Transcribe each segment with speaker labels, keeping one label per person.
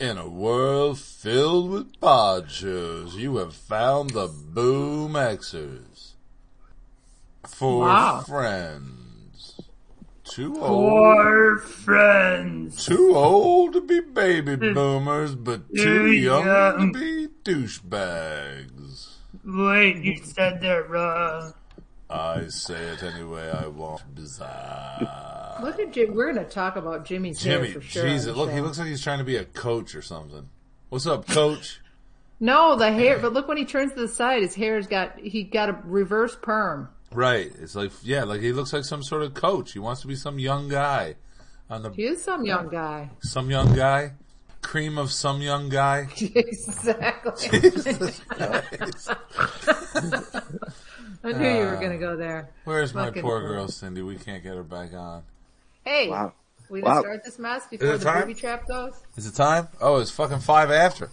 Speaker 1: In a world filled with pod shows, you have found the Boom Xers. For
Speaker 2: Wow.
Speaker 1: friends. Too old.
Speaker 2: Four friends.
Speaker 1: Too old to be baby boomers, but too
Speaker 2: Too
Speaker 1: young to
Speaker 2: young.
Speaker 1: be douchebags.
Speaker 2: Wait, you said uh, that wrong.
Speaker 1: I say it any way I want. Bizarre.
Speaker 3: Look at Jim. We're going to talk about Jimmy's
Speaker 1: Jimmy,
Speaker 3: hair for sure.
Speaker 1: Jesus,
Speaker 3: on the
Speaker 1: look, he
Speaker 3: show.
Speaker 1: looks like he's trying to be a coach or something. What's up, coach?
Speaker 3: No, the hair. But look when he turns to the side, his hair's got he got a reverse perm.
Speaker 1: right. It's like, yeah, like he looks like some sort of coach. He wants to be some young guy on the,
Speaker 3: He is some young guy.
Speaker 1: some young guy, cream of some young guy.
Speaker 3: exactly.
Speaker 1: Jesus Christ.
Speaker 3: I knew you
Speaker 1: Uh.
Speaker 3: were going to go there.
Speaker 1: Where's my
Speaker 3: Fucking
Speaker 1: poor
Speaker 3: fool.
Speaker 1: girl, Cindy? We can't get her back on.
Speaker 3: Hey,
Speaker 4: Wow.
Speaker 3: we didn't
Speaker 4: Wow.
Speaker 3: start this mess before
Speaker 1: it
Speaker 3: the
Speaker 1: time?
Speaker 3: booby trap goes.
Speaker 1: Is it time? Oh, it's fucking five after.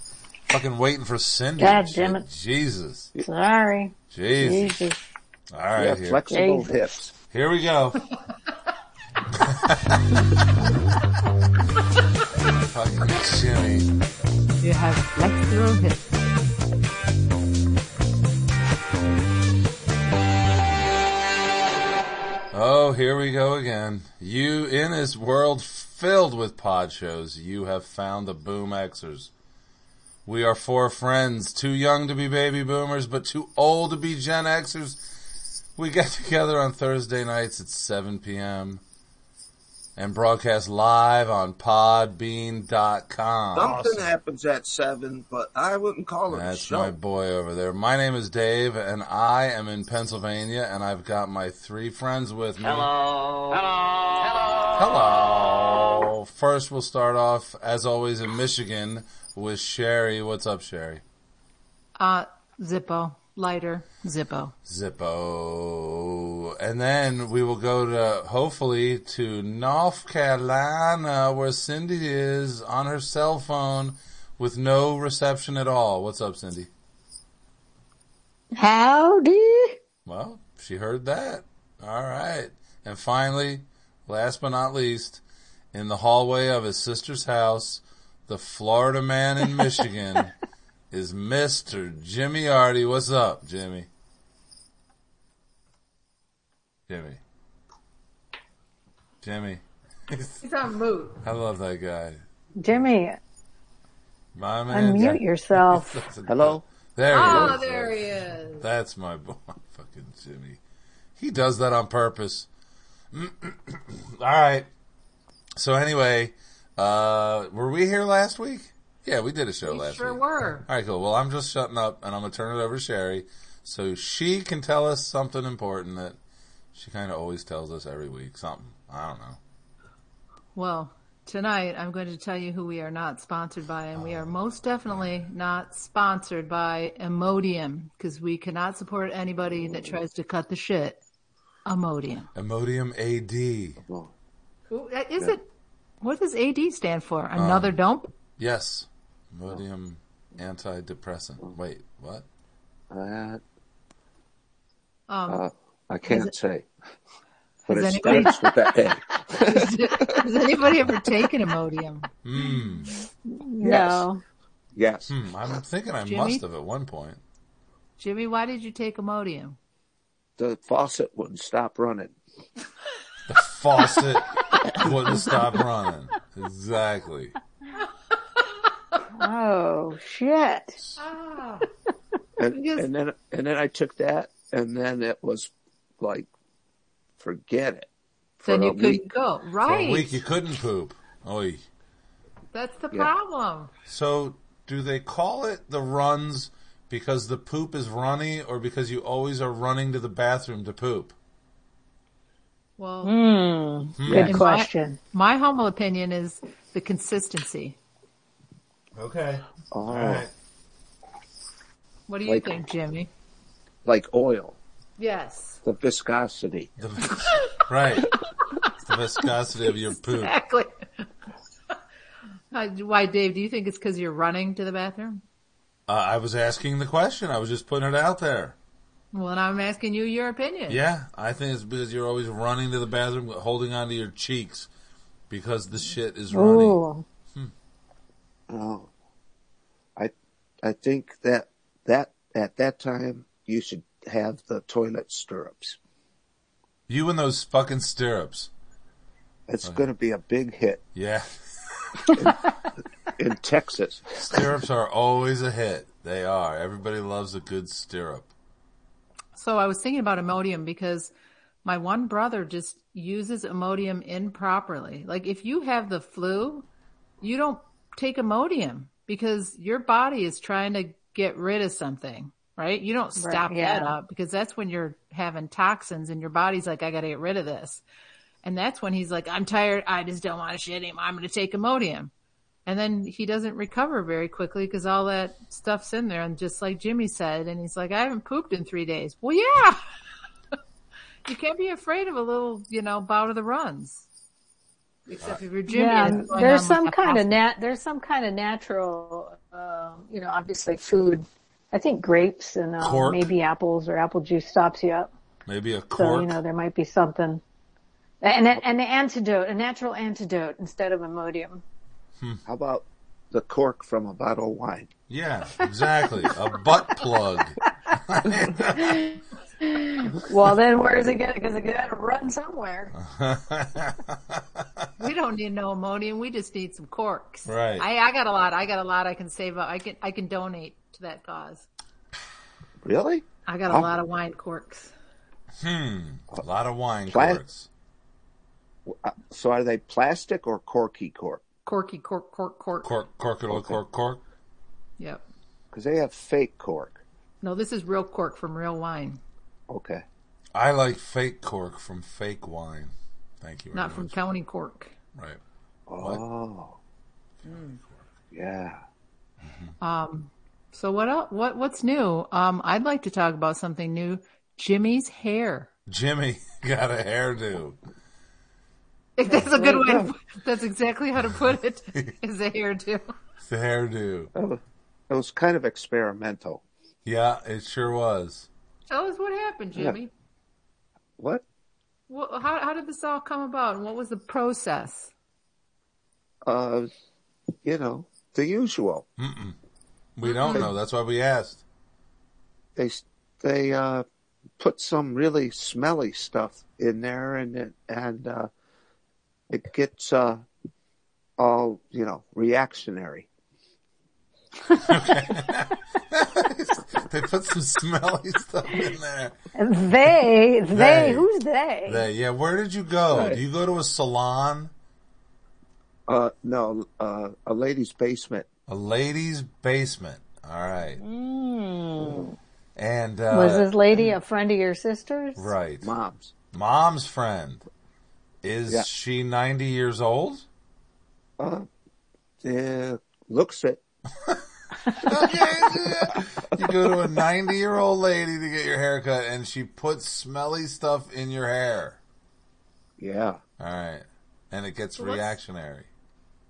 Speaker 1: Fucking waiting for Cindy.
Speaker 5: God
Speaker 1: Shit.
Speaker 5: damn it.
Speaker 1: Jesus.
Speaker 5: Sorry.
Speaker 1: Jesus.
Speaker 5: Jesus.
Speaker 1: All right.
Speaker 4: Yeah,
Speaker 1: here.
Speaker 4: flexible
Speaker 5: Jesus.
Speaker 4: hips.
Speaker 1: Here we go. Fucking Jimmy.
Speaker 3: You have flexible hips.
Speaker 1: Oh, here we go again. You, in this world filled with pod shows, you have found the Boom Xers. We are four friends, too young to be baby boomers, but too old to be Gen Xers. We get together on Thursday nights at 7 p.m. and broadcast live on podbean.com.
Speaker 6: Something
Speaker 2: Awesome.
Speaker 6: happens at seven, but I wouldn't call it a
Speaker 1: That's
Speaker 6: show.
Speaker 1: my boy over there. My name is Dave, and I am in Pennsylvania, and I've got my three friends with me. Hello. Hello. Hello. First, we'll start off, as always, in Michigan with Sherry. What's up, Sherry?
Speaker 3: Uh, Zippo. Lighter. Zippo.
Speaker 1: Zippo. And then we will go to, hopefully, to North Carolina, where Cindy is on her cell phone with no reception at all. What's up, Cindy?
Speaker 5: Howdy.
Speaker 1: Well, she heard that. All right. And finally, last but not least, in the hallway of his sister's house, the Florida man in Michigan is Mr. Jimmy Artie. What's up, Jimmy? Jimmy. Jimmy.
Speaker 3: He's on mute.
Speaker 1: I love that guy.
Speaker 5: Jimmy,
Speaker 1: My man.
Speaker 5: unmute yourself.
Speaker 4: Hello?
Speaker 1: There he
Speaker 3: Oh,
Speaker 1: is.
Speaker 3: there he is.
Speaker 1: That's my boy, fucking Jimmy. He does that on purpose. All right. So anyway, uh, were we here last week? Yeah, we did a show
Speaker 3: You
Speaker 1: last
Speaker 3: sure
Speaker 1: week.
Speaker 3: were.
Speaker 1: All right, cool. Well, I'm just shutting up, and I'm gonna turn it over to Sherry, so she can tell us something important that she kind of always tells us every week. Something I don't know.
Speaker 3: Well, tonight I'm going to tell you who we are not sponsored by, and we are most definitely not sponsored by Emodium because we cannot support anybody that tries to cut the shit. Emodium.
Speaker 1: Emodium AD.
Speaker 3: Who- uh, Is it? What does AD stand for?
Speaker 4: Uh.
Speaker 3: Another dump?
Speaker 1: Yes. Emodium antidepressant. Wait, what?
Speaker 4: That,
Speaker 3: Um,
Speaker 4: uh, I can't say. But it
Speaker 3: Has anybody-
Speaker 4: starts with that A.
Speaker 3: has anybody ever taken Emodium?
Speaker 1: Hmm.
Speaker 5: No.
Speaker 4: Yes.
Speaker 1: Hmm, I'm thinking I
Speaker 3: Jimmy?
Speaker 1: must have at one point.
Speaker 3: Jimmy, why did you take Emodium?
Speaker 4: The faucet wouldn't stop running.
Speaker 1: The faucet wouldn't stop running. Exactly.
Speaker 5: Oh, shit.
Speaker 3: Ah,
Speaker 4: And,
Speaker 3: Yes.
Speaker 4: and then and then I took that and then it was like forget it. For
Speaker 3: then
Speaker 4: a
Speaker 3: you couldn't
Speaker 4: week.
Speaker 3: go.
Speaker 1: For
Speaker 3: Right.
Speaker 1: a week you couldn't poop. Oy.
Speaker 3: That's the
Speaker 4: Yeah.
Speaker 3: problem.
Speaker 1: So do they call it the runs because the poop is runny or because you always are running to the bathroom to poop?
Speaker 3: Well,
Speaker 5: Hmm.
Speaker 4: Yeah.
Speaker 5: Good question.
Speaker 3: my humble opinion is the consistency.
Speaker 1: Okay.
Speaker 4: Oh,
Speaker 1: All right.
Speaker 3: What do you
Speaker 4: Like-
Speaker 3: think, Jimmy?
Speaker 4: like oil.
Speaker 3: Yes.
Speaker 4: The viscosity.
Speaker 1: The, right. It's the viscosity of your poop.
Speaker 3: Exactly. Uh, Why, Dave, do you think it's because you're running to the bathroom?
Speaker 1: Uh, I was asking the question. I was just putting it out there.
Speaker 3: Well, and I'm asking you your opinion.
Speaker 1: Yeah, I think it's because you're always running to the bathroom, holding onto your cheeks because the shit is running.
Speaker 5: Ooh.
Speaker 4: Oh, I, I think that that at that time you should have the toilet stirrups.
Speaker 1: You and those fucking stirrups.
Speaker 4: It's going to be a big hit
Speaker 1: Yeah.
Speaker 4: in Texas.
Speaker 1: Stirrups are always a hit. They are. Everybody loves a good stirrup.
Speaker 3: So I was thinking about Imodium because my one brother just uses Imodium improperly. Like if you have the flu, you don't take Imodium because your body is trying to get rid of something, right? You don't stop that
Speaker 5: yeah.
Speaker 3: up because that's when you're having toxins and your body's like, I got to get rid of this. And that's when he's like, I'm tired. I just don't want to shit anymore. I'm going to take Imodium. And then he doesn't recover very quickly because all that stuff's in there. And just like Jimmy said, and he's like, I haven't pooped in three days. Well, yeah. you can't be afraid of a little, you know, bout of the runs. Except if you're Jimmy.
Speaker 5: yeah,
Speaker 3: and it's going
Speaker 5: there's
Speaker 3: on
Speaker 5: some
Speaker 3: like a
Speaker 5: kind of
Speaker 3: hospital.
Speaker 5: nat. There's some kind of natural, um, you know, obviously food. I think grapes and uh,
Speaker 1: Cork.
Speaker 5: maybe apples or apple juice stops you up.
Speaker 1: Maybe a
Speaker 5: So
Speaker 1: cork.
Speaker 5: you know there might be something. And that- and the antidote, a natural antidote instead of Imodium.
Speaker 4: How about the cork from a bottle of wine?
Speaker 1: yeah, exactly. a butt plug.
Speaker 5: Well, then where is it going? Because it got to run somewhere.
Speaker 3: We don't need no Imodium. We just need some corks.
Speaker 1: Right.
Speaker 3: I, I got a lot. I got a lot I can save up. I can, I can donate to that cause.
Speaker 4: Really?
Speaker 3: I got a
Speaker 4: Oh.
Speaker 3: lot of wine corks.
Speaker 1: A lot of wine
Speaker 4: Plant-
Speaker 1: corks.
Speaker 4: Uh, So are they plastic or corky cork?
Speaker 3: Corky, cork, cork, cork.
Speaker 1: Cork, cork, cork, cork, cork.
Speaker 3: Yep.
Speaker 4: Because they have fake cork.
Speaker 3: No, this is real cork from real wine,
Speaker 4: Okay.
Speaker 1: I like fake cork from fake wine. Thank you. Very
Speaker 3: not from
Speaker 1: much.
Speaker 3: county cork.
Speaker 1: right.
Speaker 4: Oh. Yeah.
Speaker 3: Um, so what el what what's new? Um, I'd like to talk about something new. Jimmy's hair.
Speaker 1: Jimmy got a hairdo.
Speaker 3: That's a good way. To, that's exactly how to put it. Is a hairdo.
Speaker 1: The hairdo.
Speaker 4: That was, that was kind of experimental.
Speaker 1: Yeah, it sure was.
Speaker 3: Tell us what happened, Jimmy.
Speaker 4: What?
Speaker 3: Wha how how did this all come about, and what was the process?
Speaker 4: Uh, you know, the usual.
Speaker 1: We don't know. That's why we asked.
Speaker 4: They s- they uh, put some really smelly stuff in there, and it, and uh, it gets uh, all you know reactionary.
Speaker 1: They put some smelly stuff in there.
Speaker 5: They, they,
Speaker 1: They.
Speaker 5: who's they?
Speaker 1: They- yeah, where did you go?
Speaker 4: Right.
Speaker 1: Do you go to a salon?
Speaker 4: Uh, no, uh, a lady's basement.
Speaker 1: A lady's basement. All right. And, uh,
Speaker 5: Was this lady a friend of your sister's?
Speaker 1: right.
Speaker 4: Mom's.
Speaker 1: Mom's friend. Is
Speaker 4: Yeah.
Speaker 1: she 90 years old?
Speaker 4: Uh, yeah, Eh, looks it.
Speaker 1: you go to a 90 year old lady to get your haircut and she puts smelly stuff in your hair.
Speaker 4: Yeah.
Speaker 1: All right. And it gets
Speaker 3: what's-
Speaker 1: reactionary.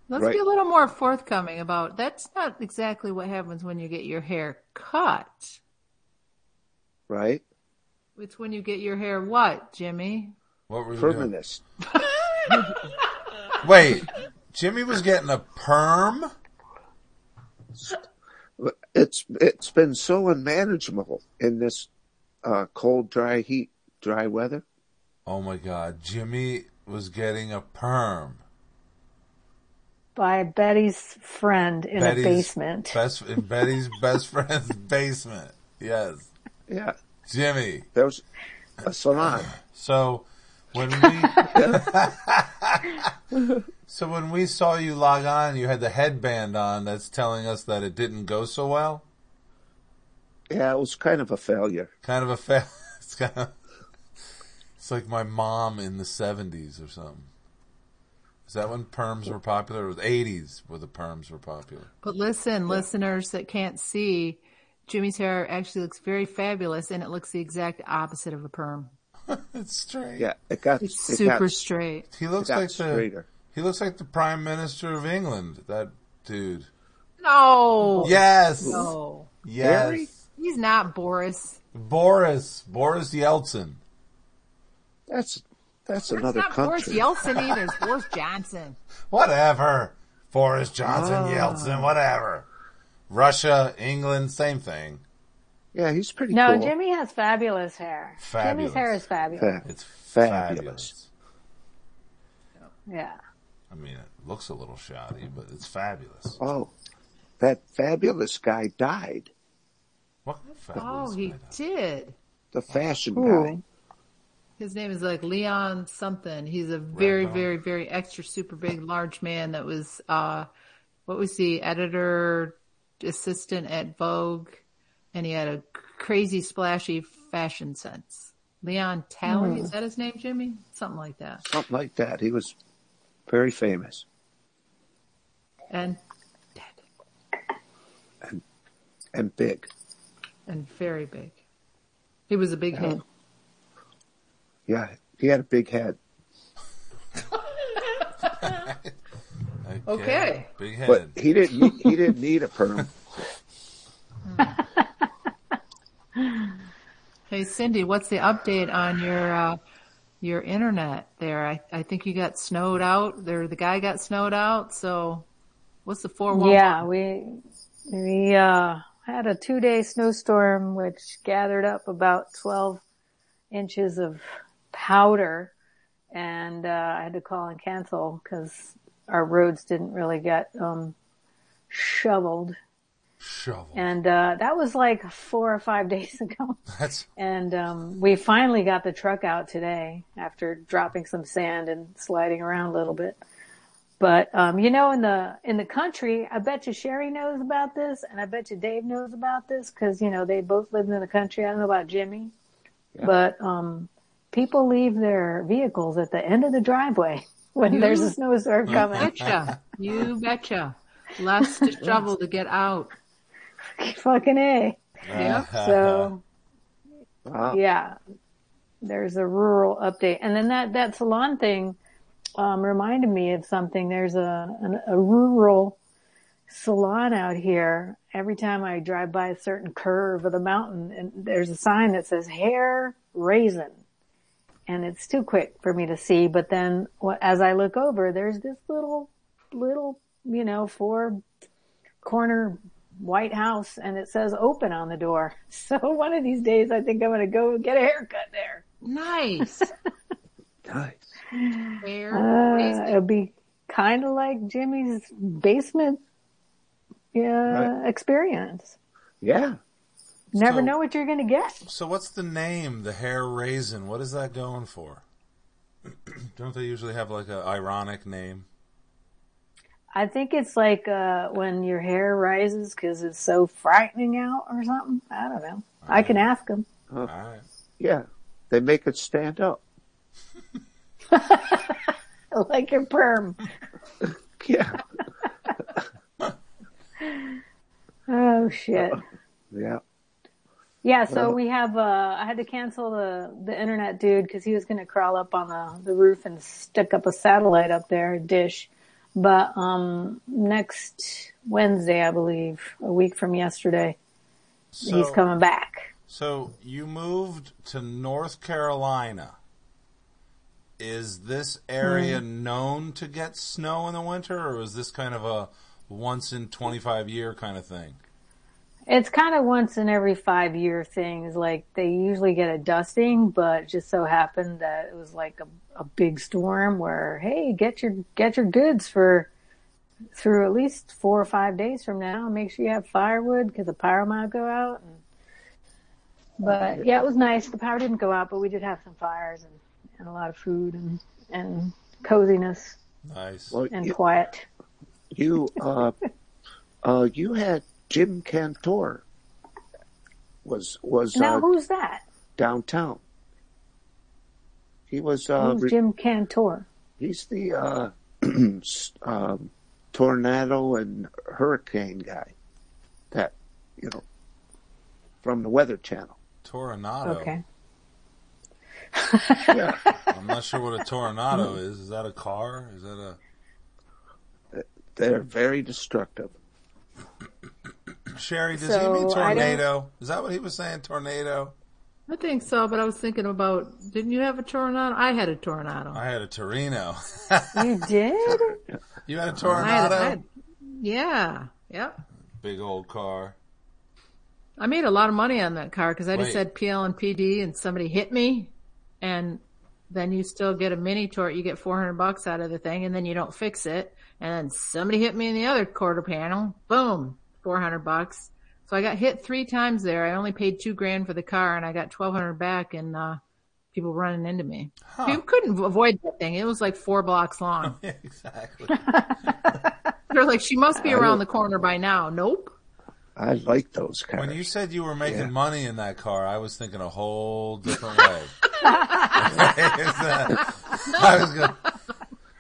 Speaker 3: Let's
Speaker 4: Right.
Speaker 3: be a little more forthcoming about. That's not exactly what happens when you get your hair cut.
Speaker 4: Right.
Speaker 3: It's when you get your hair what, Jimmy?
Speaker 1: What were you doing?
Speaker 4: Permanent.
Speaker 1: Wait, Jimmy was getting a perm?
Speaker 4: It's it's been so unmanageable in this uh, cold, dry heat, dry weather.
Speaker 1: Oh my god, Jimmy was getting a perm.
Speaker 5: By Betty's friend in
Speaker 1: Betty's
Speaker 5: a basement.
Speaker 1: Best in Betty's best friend's basement. Yes.
Speaker 4: Yeah.
Speaker 1: Jimmy.
Speaker 4: There was a salon.
Speaker 1: So when we So when we saw you log on, you had the headband on that's telling us that it didn't go so well.
Speaker 4: Yeah, it was kind of a failure.
Speaker 1: Kind of a fa- it's kind of It's like my mom in the 70s or something. Is that when perms were popular? It was 80s where the perms were popular.
Speaker 3: But listen, listeners that can't see, Jimmy's hair actually looks very fabulous and it looks the exact opposite of a perm.
Speaker 1: It's straight.
Speaker 4: Yeah, it got
Speaker 3: It's
Speaker 4: it
Speaker 3: super
Speaker 4: got,
Speaker 3: straight.
Speaker 1: He looks
Speaker 4: got
Speaker 1: like the
Speaker 4: straighter.
Speaker 1: he looks like the prime minister of England. That dude.
Speaker 3: No.
Speaker 1: Yes,
Speaker 3: No.
Speaker 1: yes.
Speaker 4: Really?
Speaker 3: He's not Boris.
Speaker 1: Boris Boris Yeltsin.
Speaker 4: That's that's
Speaker 3: It's
Speaker 4: another
Speaker 3: not Boris
Speaker 4: country.
Speaker 3: Yeltsin either. It's Boris Johnson.
Speaker 1: Whatever. Boris Johnson,
Speaker 4: Ah.
Speaker 1: Yeltsin, whatever. Russia, England, same thing.
Speaker 4: Yeah, he's pretty
Speaker 5: No,
Speaker 4: cool.
Speaker 5: Jimmy has fabulous hair.
Speaker 1: Fabulous.
Speaker 5: Jimmy's hair is fabulous.
Speaker 4: Yeah.
Speaker 1: It's fabulous.
Speaker 4: Fabulous.
Speaker 5: Yeah.
Speaker 1: I mean, it looks a little shoddy, but it's fabulous.
Speaker 4: Oh, that fabulous guy died.
Speaker 1: What kind of fabulous?
Speaker 3: Oh, he
Speaker 1: guy that-
Speaker 3: did.
Speaker 4: The fashion guy.
Speaker 5: Ooh.
Speaker 3: His name is like Leon something. He's a very,
Speaker 1: Ragdoll.
Speaker 3: very, very extra super big large man that was, uh, what was he, editor assistant at Vogue and he had a crazy splashy fashion sense. Leon Talley, is that his name, Jimmy? Something like that.
Speaker 4: Something like that. He was very famous.
Speaker 3: And
Speaker 4: and big.
Speaker 3: and very big. He was a big head.
Speaker 4: Yeah, he had a big head.
Speaker 3: Okay.
Speaker 1: Big
Speaker 4: But
Speaker 1: head.
Speaker 4: he didn't. Need, he didn't need a perm.
Speaker 3: Hey Cindy, what's the update on your uh, your internet there? I, I think you got snowed out. There, the guy got snowed out. So, what's the four one?
Speaker 5: Yeah, we we uh, had a two day snowstorm which gathered up about twelve inches of powder, and uh, I had to call and cancel because our roads didn't really get um, shoveled,
Speaker 1: Shovel.
Speaker 5: and uh, that was like four or five days ago.
Speaker 1: That's
Speaker 5: And um, we finally got the truck out today after dropping some sand and sliding around a little bit. But um, you know, in the in the country, I bet you Sherry knows about this, and I bet you Dave knows about this because you know they both lived in the country. I don't know about Jimmy, but um, people leave their vehicles at the end of the driveway when there's a snowstorm
Speaker 3: Uh-huh.
Speaker 5: coming.
Speaker 3: Betcha, you betcha. Less to shovel to get out.
Speaker 5: Fucking a.
Speaker 3: Yeah.
Speaker 5: So
Speaker 4: Wow.
Speaker 5: yeah there's a rural update and then that that salon thing um reminded me of something there's a an, a rural salon out here every time i drive by a certain curve of the mountain and there's a sign that says hair raisin and it's too quick for me to see but then wh- as i look over there's this little little you know four corner White House and it says open on the door. So one of these days I think I'm going to go get a haircut there.
Speaker 3: Nice.
Speaker 4: Nice.
Speaker 3: Fair.
Speaker 5: Uh, it'll be kind of like Jimmy's basement uh, experience.
Speaker 4: Yeah.
Speaker 5: Never
Speaker 1: So-
Speaker 5: know what you're going to get.
Speaker 1: So what's the name? The hair raisin. What is that going for? Don't they usually have like a ironic name?
Speaker 5: I think it's like uh, when your hair rises because it's so frightening out or something. I don't know. I can ask him.
Speaker 1: All right.
Speaker 4: Yeah. They make it stand up.
Speaker 5: Like your perm.
Speaker 4: Yeah.
Speaker 5: Oh shit.
Speaker 4: Yeah.
Speaker 5: Yeah, so we have. Uh, I had to cancel the the internet dude because he was going to crawl up on the the roof and stick up a satellite up there, a dish. But um, next Wednesday, I believe, a week from yesterday,
Speaker 1: So,
Speaker 5: he's coming back.
Speaker 1: So you moved to North Carolina. Is this area known to get snow in the winter, or is this kind of a once in twenty five year kind of thing?
Speaker 5: It's kind of once in every five year thing. Is like they usually get a dusting, but it just so happened that it was like a, a big storm where hey, get your get your goods for through at least four or five days from now. Make sure you have firewood because the power might go out. And, but yeah, it was nice. The power didn't go out, but we did have some fires and, and a lot of food and and coziness
Speaker 1: Nice.
Speaker 4: Well,
Speaker 5: and
Speaker 4: you,
Speaker 5: quiet.
Speaker 4: you, uh, uh, you had Jim Cantor was, was,
Speaker 5: now
Speaker 4: uh,
Speaker 5: who's that?
Speaker 4: downtown. He was, uh,
Speaker 5: who's
Speaker 4: re-
Speaker 5: Jim Cantor?
Speaker 4: he's the, uh, s- um, tornado and hurricane guy that, you know, from the Weather Channel. Uh,
Speaker 1: Tornado.
Speaker 5: Okay.
Speaker 4: Yeah.
Speaker 1: I'm not sure what a tornado is. Is that a car? Is that a
Speaker 4: They're very destructive.
Speaker 1: Sherry? Does
Speaker 5: So,
Speaker 1: he mean
Speaker 5: I don't-
Speaker 1: tornado? Is that what he was saying? Tornado.
Speaker 3: I think so, but I was thinking about. Didn't you have a tornado? I had a tornado.
Speaker 1: I had a Torino.
Speaker 5: You did?
Speaker 1: You had a
Speaker 3: I had a- I
Speaker 1: Tornado?
Speaker 3: had- yeah. Yep.
Speaker 1: Big old car.
Speaker 3: I made a lot of money on that car because I just
Speaker 1: Wait.
Speaker 3: said PL and PD and somebody hit me and then you still get a mini tort. You get 400 bucks out of the thing and then you don't fix it. And then somebody hit me in the other quarter panel. Boom. 400 bucks. So I got hit three times there. I only paid two grand for the car and I got 1200 back and, uh, people running into me. You couldn't avoid that thing. It was like four blocks long.
Speaker 1: Yeah, exactly.
Speaker 3: They're like, she must be around the corner by now. Nope.
Speaker 4: I like those
Speaker 1: When
Speaker 4: cars.
Speaker 1: you said you were making
Speaker 4: Yeah.
Speaker 1: money in that car, I was thinking a whole different way. It's, uh, I was going,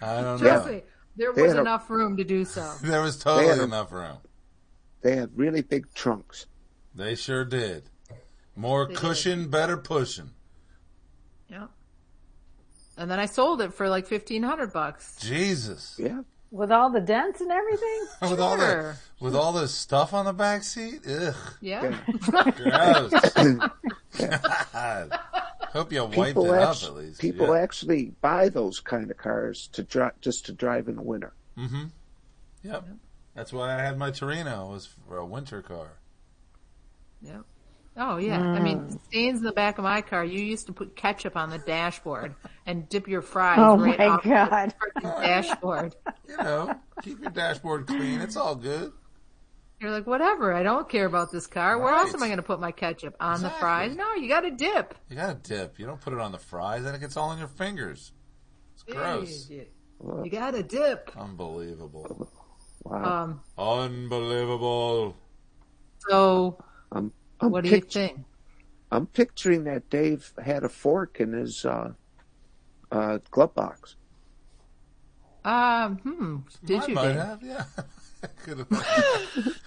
Speaker 1: I don't
Speaker 3: Trust
Speaker 1: know.
Speaker 3: me. There
Speaker 4: They
Speaker 3: was
Speaker 4: had a-
Speaker 3: enough room to do so.
Speaker 1: There was
Speaker 4: They had
Speaker 1: totally
Speaker 4: a-
Speaker 1: enough room.
Speaker 4: They had really big trunks.
Speaker 1: They sure did. More
Speaker 3: did.
Speaker 1: cushion, better pushing.
Speaker 3: Yeah. And then I sold it for like fifteen hundred bucks.
Speaker 1: Jesus.
Speaker 4: Yeah,
Speaker 5: With all the dents and everything?
Speaker 1: Oh, With all the
Speaker 3: Sure.
Speaker 1: with all this stuff on the back seat? Ugh.
Speaker 3: Yeah.
Speaker 1: Gross. God. Hope you wiped
Speaker 4: people
Speaker 1: it up
Speaker 4: act-
Speaker 1: at least.
Speaker 4: people
Speaker 1: yeah.
Speaker 4: actually buy those kind of cars to drive just to drive in the winter.
Speaker 1: Yep. That's why I had my Torino was for a winter car.
Speaker 3: yeah. Oh yeah. I mean, stains in the back of my car. You used to put ketchup on the dashboard and dip your fries
Speaker 5: Oh
Speaker 3: right
Speaker 5: my
Speaker 3: off
Speaker 5: God.
Speaker 3: the freaking dashboard.
Speaker 1: You know, keep your dashboard clean. It's all good.
Speaker 3: You're like, whatever. I don't care about this car. Where else
Speaker 1: Right.
Speaker 3: am I going to put my ketchup on the
Speaker 1: Exactly.
Speaker 3: fries? No, you got to dip.
Speaker 1: You gotta dip. You don't put it on the fries, then it gets all on your fingers. It's gross.
Speaker 3: You got to dip.
Speaker 1: Unbelievable.
Speaker 4: Wow,
Speaker 3: Um.
Speaker 1: Unbelievable.
Speaker 3: So,
Speaker 4: I'm I'm,
Speaker 3: what do you
Speaker 4: pict-
Speaker 3: think?
Speaker 4: I'm picturing that Dave had a fork in his uh, uh, glove box.
Speaker 3: Um. Hmm. Did
Speaker 1: I
Speaker 3: you?
Speaker 1: might
Speaker 3: Dave?
Speaker 1: have, yeah. Could have.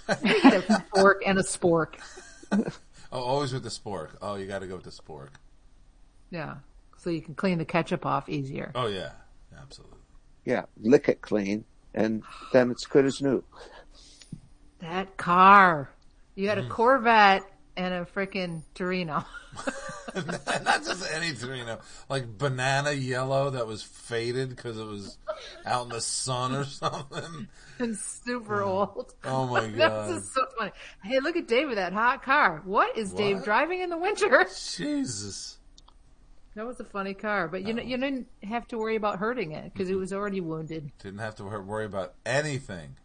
Speaker 3: a fork and a spork.
Speaker 1: Oh, always with the spork. Oh, you gotta go with the spork.
Speaker 3: Yeah. So you can clean the ketchup off easier.
Speaker 1: Oh yeah. Absolutely.
Speaker 4: Yeah, lick it clean, and then it's good as new.
Speaker 3: That car. You
Speaker 1: Mm.
Speaker 3: had a Corvette and a freaking Torino.
Speaker 1: Not just any Torino. Like banana yellow that was faded because it was out in the sun or something.
Speaker 3: And super old.
Speaker 1: Oh my
Speaker 3: That's
Speaker 1: god.
Speaker 3: just so funny. Hey, look at Dave with that hot car. What is Dave
Speaker 1: What?
Speaker 3: driving in the winter?
Speaker 1: Jesus.
Speaker 3: That was a funny car, but you
Speaker 1: Oh.
Speaker 3: know, you didn't have to worry about hurting it because it was already wounded.
Speaker 1: Didn't have to wor- worry about anything.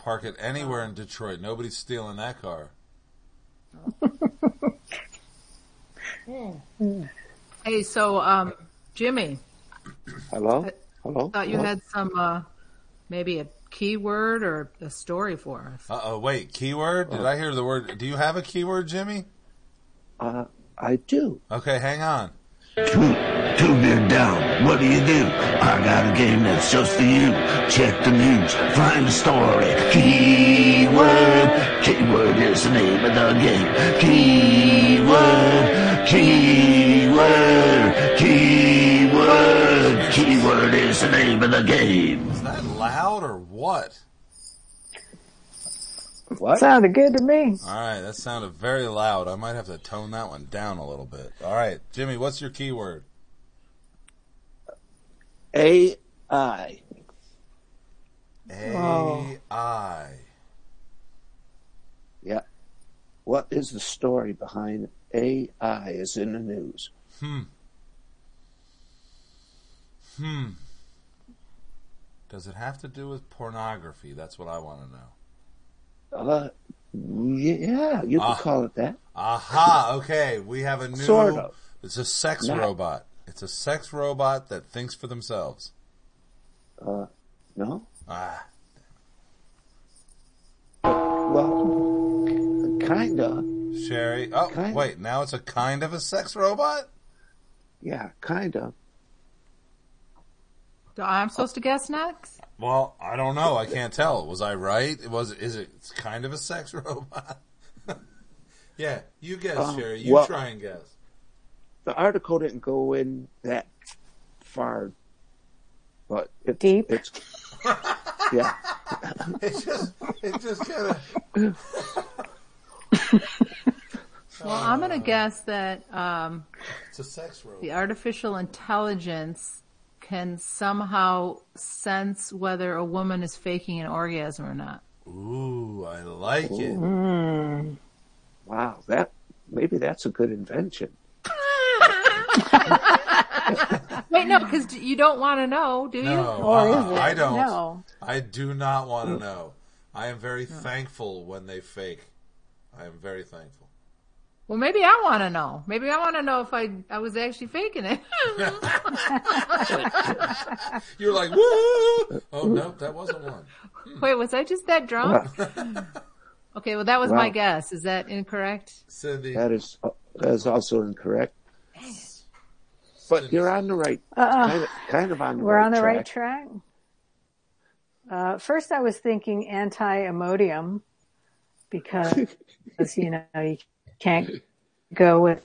Speaker 1: Park it anywhere in Detroit. Nobody's stealing that car.
Speaker 3: Hey, so um, Jimmy,
Speaker 4: Hello, hello.
Speaker 3: thought you
Speaker 4: Hello?
Speaker 3: had some uh, maybe a keyword or a story for us.
Speaker 1: Uh oh, wait. Keyword? Did I hear the word? Do you have a keyword, Jimmy?
Speaker 4: Uh, I do.
Speaker 1: Okay, hang on.
Speaker 7: Two beer down. What do you do? I got a game that's just for you. Check the news. Find a story. Keyword. Keyword is the name of the game. Keyword. Keyword. Keyword. Keyword is the name of the game.
Speaker 1: Is that loud or what?
Speaker 4: What?
Speaker 5: Sounded good to me.
Speaker 1: All right, that sounded very loud. I might have to tone that one down a little bit. All right, Jimmy, what's your keyword?
Speaker 4: A I.
Speaker 1: AI.
Speaker 4: Yeah. What is the story behind AI is in the news?
Speaker 1: Does it have to do with pornography? That's what I want to know.
Speaker 4: Uh, yeah, you can
Speaker 1: Ah.
Speaker 4: call it that.
Speaker 1: Aha, okay. We have a new
Speaker 4: Sort of.
Speaker 1: It's a sex
Speaker 4: Not-
Speaker 1: robot. It's a sex robot that thinks for themselves.
Speaker 4: No?
Speaker 1: Ah.
Speaker 4: Well, kinda.
Speaker 1: Sherry. Oh,
Speaker 4: Kind-
Speaker 1: wait, now it's a kind of a sex robot?
Speaker 4: Yeah, kinda.
Speaker 3: So I'm supposed to guess next?
Speaker 1: Well, I don't know. I can't tell. Was I right? It was is it it's kind of a sex robot? yeah, you guess,
Speaker 4: Um,
Speaker 1: Sherry. You
Speaker 4: well-
Speaker 1: try and guess.
Speaker 4: The article didn't go in that far, but it's,
Speaker 5: Deep?
Speaker 4: it's yeah.
Speaker 1: It just it just kind of
Speaker 3: Well, I'm
Speaker 1: Uh.
Speaker 3: going to guess that um,
Speaker 1: it's a sex robot.
Speaker 3: the artificial intelligence c- can somehow sense whether a woman is faking an orgasm or not.
Speaker 1: Ooh, I like it.
Speaker 4: Wow, that maybe that's a good invention.
Speaker 3: Wait, no, because you don't want to know, do you?
Speaker 1: No,
Speaker 5: Or is
Speaker 1: uh-uh,
Speaker 5: it?
Speaker 1: I don't.
Speaker 5: No. Mm.
Speaker 1: I do not want to know. I am very thankful when they fake. I am very thankful.
Speaker 3: Well, maybe I want to know. Maybe I want to know if I I was actually faking it.
Speaker 1: You're like, woo! Oh, no, that wasn't one.
Speaker 3: Wait, was I just that
Speaker 5: Oh.
Speaker 3: drunk? okay, well, that was my
Speaker 4: Wow.
Speaker 3: guess. Is that incorrect?
Speaker 1: Cindy.
Speaker 4: That is uh, that is also incorrect. But you're on the right, kind, of, kind of on the
Speaker 5: Uh-uh. We're
Speaker 4: right
Speaker 5: on the
Speaker 4: track.
Speaker 5: right track. Uh, first, I was thinking anti-emodium because you know you can't go with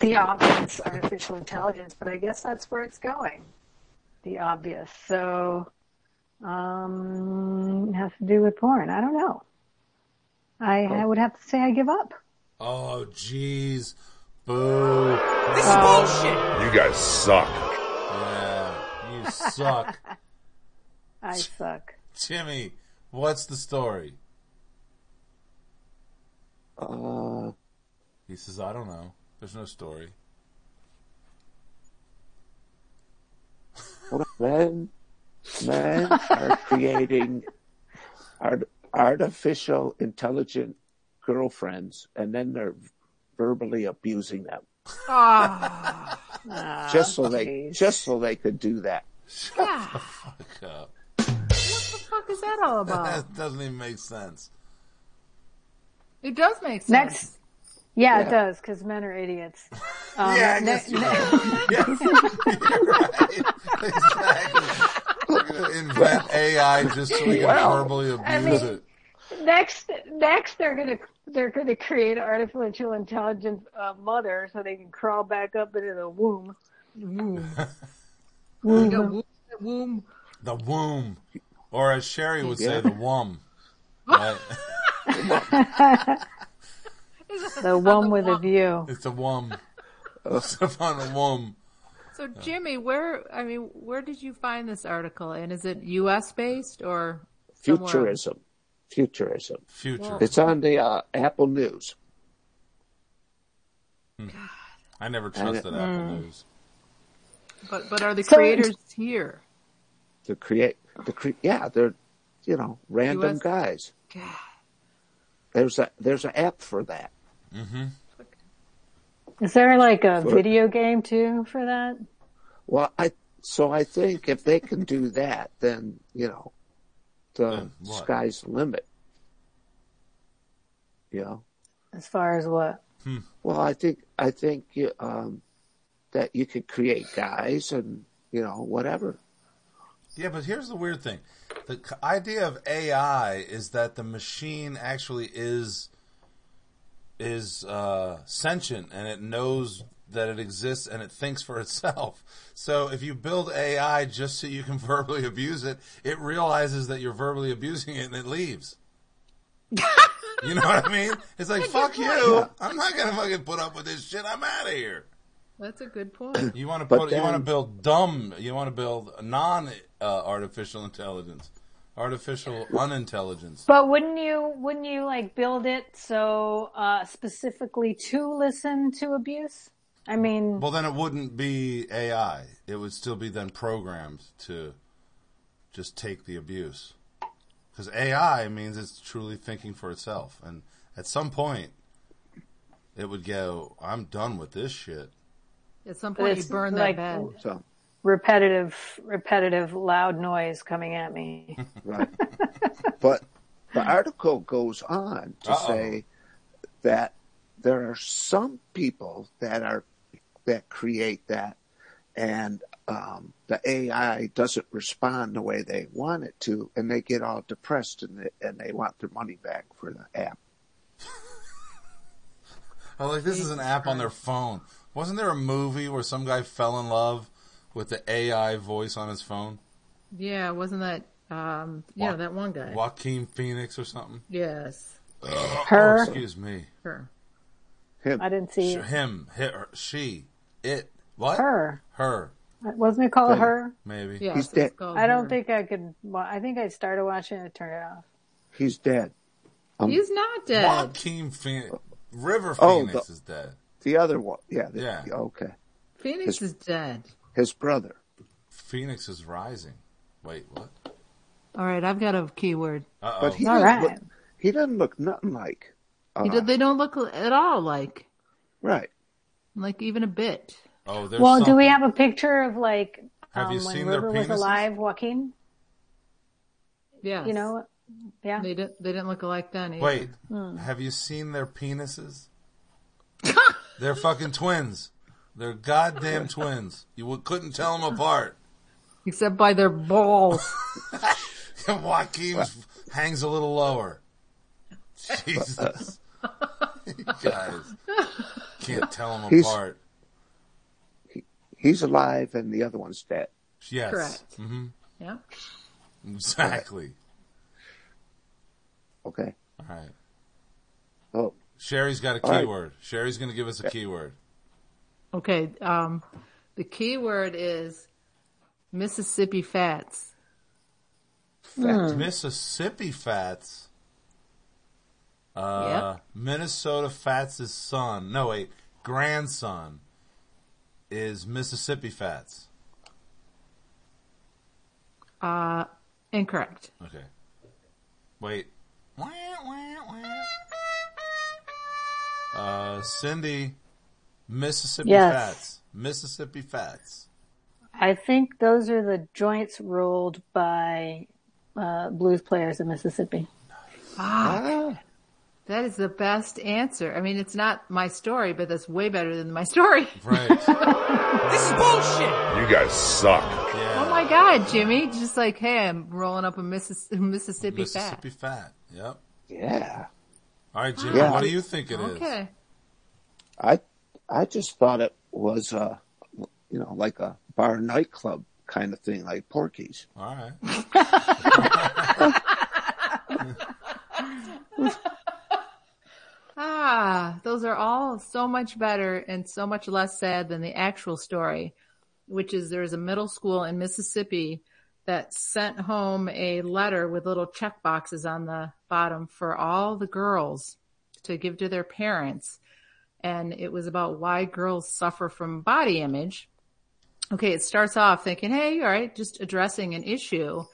Speaker 5: the obvious artificial intelligence, but I guess that's where it's going. The obvious, so um, it has to do with porn. I don't know. I, I would have to say I give up.
Speaker 1: Oh, jeez. Boo.
Speaker 8: You guys suck.
Speaker 1: Yeah, you suck.
Speaker 5: I suck.
Speaker 1: Jimmy, what's the story?
Speaker 4: Uh,
Speaker 1: He says, I don't know. There's no story.
Speaker 4: men, men are creating art, artificial intelligent girlfriends, and then they're verbally abusing them just so they
Speaker 5: geez.
Speaker 4: just so they could do that.
Speaker 1: Fuck
Speaker 5: Oh.
Speaker 1: up.
Speaker 3: What the fuck is that all about?
Speaker 1: That doesn't even make sense.
Speaker 3: It does make sense.
Speaker 5: Next. Yeah, it does because men are idiots. Um,
Speaker 1: Yeah, I
Speaker 5: ne-
Speaker 1: guess
Speaker 5: ne-
Speaker 1: you're right. Yes. You're right. Exactly. We're going to invent AI just so we can verbally abuse it.
Speaker 5: Next, next, they're gonna they're gonna create artificial intelligence uh, mother so they can crawl back up into the womb.
Speaker 3: You know, womb, womb.
Speaker 1: The womb. Or as Sherry would say, the womb. Right?
Speaker 5: The one with a view.
Speaker 1: It's a womb.
Speaker 5: Oh.
Speaker 1: Stuff on a womb.
Speaker 3: So, Jimmy, where I mean, where did you find this article? And is it U.S. based or somewhere else?
Speaker 4: Futurism, futurism.
Speaker 1: Future.
Speaker 4: It's on the uh, Apple News.
Speaker 1: I never trusted Apple News.
Speaker 3: But but are the
Speaker 5: So-
Speaker 3: creators here?
Speaker 4: The create the cre- yeah, they're you know random
Speaker 3: US
Speaker 4: guys.
Speaker 3: God.
Speaker 4: There's a there's an app for that.
Speaker 5: Is there like a video game too for that?
Speaker 4: Well, I so I think if they can do that, then you know, the
Speaker 1: Then what?
Speaker 4: sky's the limit. You know,
Speaker 5: As far as what?
Speaker 4: well, I think I think you, um, that you could create guys and you know whatever.
Speaker 1: Yeah, but here's the weird thing. The c- idea of AI is that the machine actually is is uh, sentient and it knows that it exists and it thinks for itself. So if you build AI just so you can verbally abuse it, it realizes that you're verbally abusing it and it leaves. you know what I mean? It's like fuck you. I'm not gonna fucking put up with this shit. I'm out of here.
Speaker 3: That's a good point.
Speaker 1: You want to
Speaker 4: But
Speaker 1: put, you
Speaker 4: then-
Speaker 1: want to build dumb. You want to build non uh, artificial intelligence, artificial unintelligence.
Speaker 5: But wouldn't you wouldn't you like build it so uh, specifically to listen to abuse? I mean,
Speaker 1: Well, then it wouldn't be AI. It would still be then programmed to just take the abuse. Because AI means it's truly thinking for itself, and at some point, it would go, "I'm done with this shit."
Speaker 3: At some point, you
Speaker 5: It's
Speaker 3: burn
Speaker 5: like-
Speaker 3: that bed.
Speaker 4: So
Speaker 5: repetitive, repetitive, loud noise coming at me.
Speaker 4: right, but the article goes on to
Speaker 1: Uh-oh.
Speaker 4: say that there are some people that are that create that and um, the AI doesn't respond the way they want it to, and they get all depressed and they, and they want their money back for the app.
Speaker 1: I was Oh, like, this is an app on their phone. Wasn't there a movie where some guy fell in love with the AI voice on his phone?
Speaker 3: Yeah, wasn't that? Um, yeah,
Speaker 1: Wa-
Speaker 3: that one guy.
Speaker 1: Joaquin Phoenix or something.
Speaker 3: Yes,
Speaker 1: Oh,
Speaker 5: Her,
Speaker 1: excuse me.
Speaker 3: her.
Speaker 5: I didn't see
Speaker 1: Him, hi- her, she, it, what?
Speaker 5: her.
Speaker 1: Her.
Speaker 5: Wasn't it called
Speaker 4: Then-
Speaker 5: her?
Speaker 1: Maybe.
Speaker 3: Yes,
Speaker 4: He's
Speaker 3: it's
Speaker 4: dead.
Speaker 3: called
Speaker 5: I don't
Speaker 3: Her.
Speaker 5: think I could. wa- I think I started watching it and turned it off.
Speaker 4: He's dead. Um,
Speaker 3: he's not dead.
Speaker 1: Joaquin Phoenix. River
Speaker 4: Oh,
Speaker 1: Phoenix
Speaker 4: the-
Speaker 1: is dead.
Speaker 4: The other one. Yeah. the-
Speaker 1: Yeah.
Speaker 4: Okay.
Speaker 3: Phoenix is dead.
Speaker 4: His brother.
Speaker 1: Phoenix is rising. Wait, what?
Speaker 3: All right, I've got a keyword.
Speaker 1: Uh
Speaker 4: But
Speaker 1: oh.
Speaker 4: he
Speaker 5: All
Speaker 4: doesn't
Speaker 5: right.
Speaker 4: look, he doesn't look nothing like. Uh,
Speaker 3: He did- they don't look at all like,
Speaker 4: Right.
Speaker 3: like even a bit.
Speaker 1: Oh, there's
Speaker 5: well, do we
Speaker 1: something.
Speaker 5: have a picture of like
Speaker 1: Have
Speaker 5: um,
Speaker 1: you
Speaker 5: when
Speaker 1: seen their
Speaker 5: River was
Speaker 1: penises?
Speaker 5: alive, Joaquin?
Speaker 3: Yeah,
Speaker 5: You know, yeah.
Speaker 3: they didn't. They didn't look alike then. either.
Speaker 1: Wait,
Speaker 5: Hmm.
Speaker 1: have you seen their penises? They're fucking twins. They're goddamn twins. You w- couldn't tell them apart.
Speaker 3: except by their balls.
Speaker 1: Joaquin's hangs a little lower. Jesus. you guys can't tell them
Speaker 4: He's-
Speaker 1: apart.
Speaker 4: He's alive and the other one's dead.
Speaker 1: Yes.
Speaker 3: Correct.
Speaker 1: hmm
Speaker 3: yeah.
Speaker 1: Exactly.
Speaker 4: Okay.
Speaker 1: All right.
Speaker 4: Oh,
Speaker 1: Sherry's got a
Speaker 4: All right.
Speaker 1: keyword. Sherry's going to give us a keyword.
Speaker 3: Okay. Um, the key word is Mississippi fats. Hmm.
Speaker 1: Mississippi Fats. Uh,
Speaker 3: Yep.
Speaker 1: Minnesota Fats' son. No, wait. Grandson is Mississippi Fats.
Speaker 3: Uh, incorrect.
Speaker 1: Okay. Wait. Wah, wah, wah. Uh, Cindy, Mississippi
Speaker 5: Yes.
Speaker 1: Fats. Mississippi Fats.
Speaker 5: I think those are the joints rolled by uh, blues players in Mississippi.
Speaker 4: Ah,
Speaker 3: That is the best answer. I mean, it's not my story, but that's way better than my story.
Speaker 1: Right.
Speaker 8: You guys suck.
Speaker 1: Yeah.
Speaker 3: Oh my God, Jimmy. Just like, hey, I'm rolling up a Missis- Mississippi,
Speaker 1: Mississippi Fat.
Speaker 3: fat.
Speaker 1: Yep.
Speaker 4: yeah.
Speaker 1: All right, Jimmy,
Speaker 4: Yeah.
Speaker 1: what do you think it is?
Speaker 3: Okay.
Speaker 4: I I just thought it was uh you know like a bar nightclub kind of thing, like Porky's.
Speaker 1: All right.
Speaker 3: Ah, those are all so much better and so much less sad than the actual story, which is there is a middle school in Mississippi that sent home a letter with little check boxes on the bottom for all the girls to give to their parents. And it was about why girls suffer from body image. Okay. It starts off thinking, Hey, all right, just addressing an issue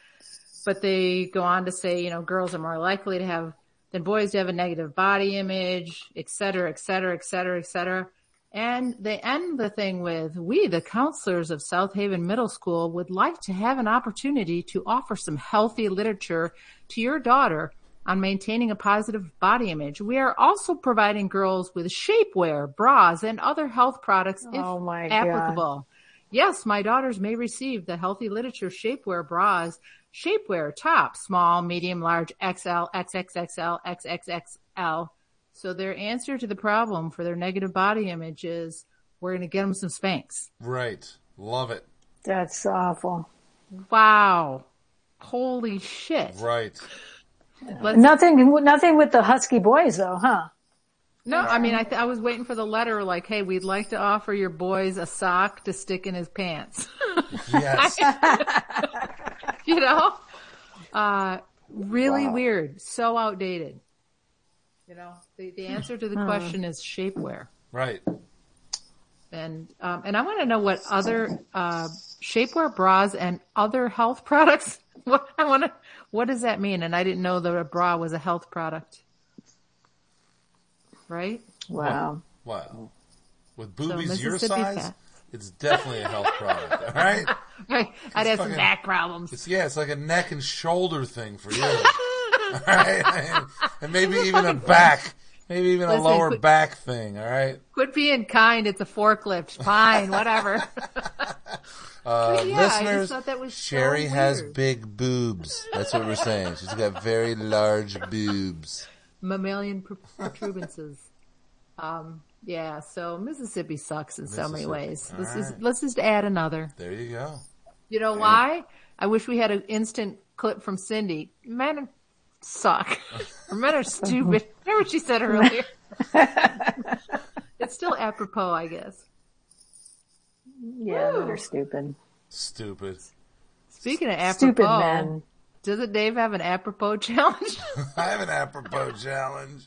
Speaker 3: but they go on to say, you know, girls are more likely to have than boys to have a negative body image, et cetera, et cetera, et cetera, et cetera. And they end the thing with, we, the counselors of South Haven Middle School would like to have an opportunity to offer some healthy literature to your daughter on maintaining a positive body image. We are also providing girls with shapewear, bras, and other health products if
Speaker 5: Oh my God.
Speaker 3: applicable. Yes, my daughters may receive the healthy literature shapewear bras, shapewear top, small, medium, large, XL, XXXL, XXXL. So their answer to the problem for their negative body image is we're going to get them some Spanx.
Speaker 1: Right. Love it.
Speaker 5: That's awful.
Speaker 3: Wow. Holy shit.
Speaker 1: Right.
Speaker 3: Let's, no,
Speaker 5: Nothing, nothing with the Husky boys though, huh?
Speaker 3: I mean, I, th- I was waiting for the letter like, hey, we'd like to offer your boys a sock to stick in his pants.
Speaker 1: Yes.
Speaker 3: you know? Uh, really weird. So outdated. You know, the,
Speaker 1: Hmm.
Speaker 3: the answer to the question is shapewear.
Speaker 1: right.
Speaker 3: And, um, and I want to know what other, uh, shapewear bras and other health products. What, I want to, what does that mean? And I didn't know that a bra was a health product. Right?
Speaker 5: Wow.
Speaker 1: Wow. With boobies your
Speaker 3: Mississippi
Speaker 1: size,
Speaker 3: fat.
Speaker 1: it's definitely a health product. All right.
Speaker 3: Right. I'd have some
Speaker 1: fucking-
Speaker 3: back problems.
Speaker 1: It's yeah, it's like a neck and shoulder thing for you. all right. And maybe even a back. Maybe even a
Speaker 3: Listen,
Speaker 1: lower
Speaker 3: quit-
Speaker 1: back thing, all right?
Speaker 3: Quit being kind. It's a forklift. Fine. Whatever.
Speaker 1: Uh,
Speaker 3: yeah, I just
Speaker 1: listeners,
Speaker 3: thought that was so
Speaker 1: Sherry has
Speaker 3: weird.
Speaker 1: big boobs. That's what we're saying. She's got very large boobs.
Speaker 3: mammalian pr- protuberances. um, yeah, so Mississippi sucks in so many
Speaker 1: Mississippi.
Speaker 3: ways. This is
Speaker 1: Alright.
Speaker 3: let's just add another.
Speaker 1: There you go.
Speaker 3: You know why? I wish we had an instant clip from Cindy. Men suck. Or Men are stupid. Remember what she said earlier. it's still apropos, I guess.
Speaker 5: Yeah, men are stupid.
Speaker 1: Stupid.
Speaker 3: Speaking of
Speaker 5: Stupid
Speaker 3: apropos,
Speaker 5: men.
Speaker 3: doesn't Dave have an apropos challenge?
Speaker 1: I have an apropos challenge.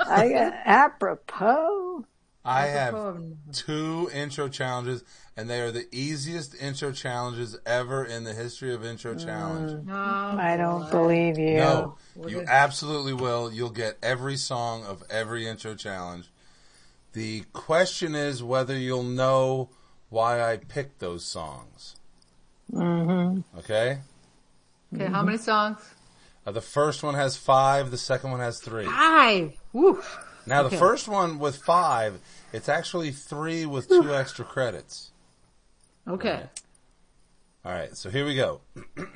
Speaker 5: I uh, apropos.
Speaker 1: I have
Speaker 3: Apropos.
Speaker 1: two intro challenges, and they are the easiest intro challenges ever in the history of intro
Speaker 3: Mm.
Speaker 1: challenge.
Speaker 3: No,
Speaker 5: I don't believe you.
Speaker 1: No, you absolutely will. You'll get every song of every intro challenge. The question is whether you'll know why I picked those songs. Mm-hmm. Okay?
Speaker 3: Okay,
Speaker 5: Mm-hmm.
Speaker 3: how many songs?
Speaker 1: Uh, the first one has five, the second one has three.
Speaker 3: Five. Woo.
Speaker 1: Now, the
Speaker 3: Ah, Okay.
Speaker 1: first one with five, it's actually three with two extra credits.
Speaker 3: Okay.
Speaker 1: All right, so here we go.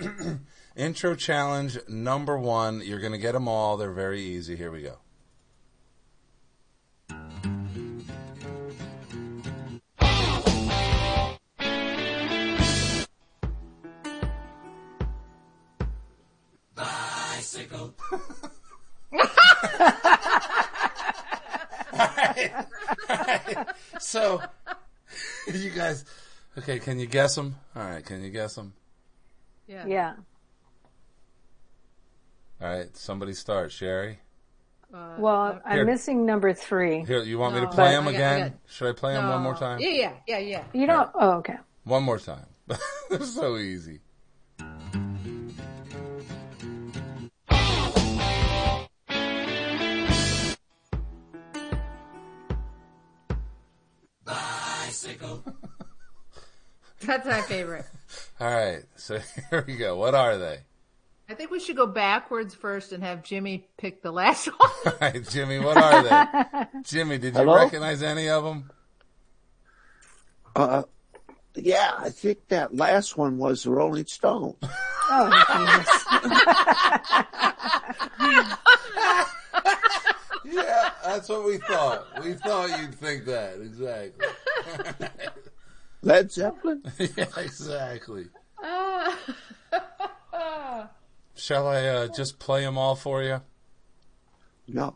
Speaker 1: Intro challenge number one. You're going to get them all. They're very easy. Here we go. Bicycle. All right. All right. So, you guys, okay, can you guess them? All right, can you guess them?
Speaker 3: Yeah.
Speaker 5: Yeah.
Speaker 1: All right, somebody start, Sherry.
Speaker 5: Well, I'm
Speaker 1: Here.
Speaker 5: missing number three.
Speaker 1: Here, you want me to
Speaker 3: No,
Speaker 1: play
Speaker 3: I-
Speaker 1: them
Speaker 3: I got- I
Speaker 1: again?
Speaker 3: got-
Speaker 1: Should I play them one more time?
Speaker 3: Yeah, yeah, yeah, yeah.
Speaker 5: You don't. Oh, okay.
Speaker 1: One more time. They're so easy.
Speaker 3: That's my favorite.
Speaker 1: All right, so here we go. What are they?
Speaker 3: I think we should go backwards first and have Jimmy pick the last one.
Speaker 1: All right, Jimmy, what are they? Jimmy, did you
Speaker 4: Hello?
Speaker 1: recognize any of them?
Speaker 4: Uh, yeah, I think that last one was the Rolling Stones.
Speaker 5: Oh, Jesus.
Speaker 1: Yeah, that's what we thought. We thought you'd think that. Exactly.
Speaker 4: Led Zeppelin.
Speaker 1: yeah, exactly. Shall I uh, just play them all for you?
Speaker 4: No,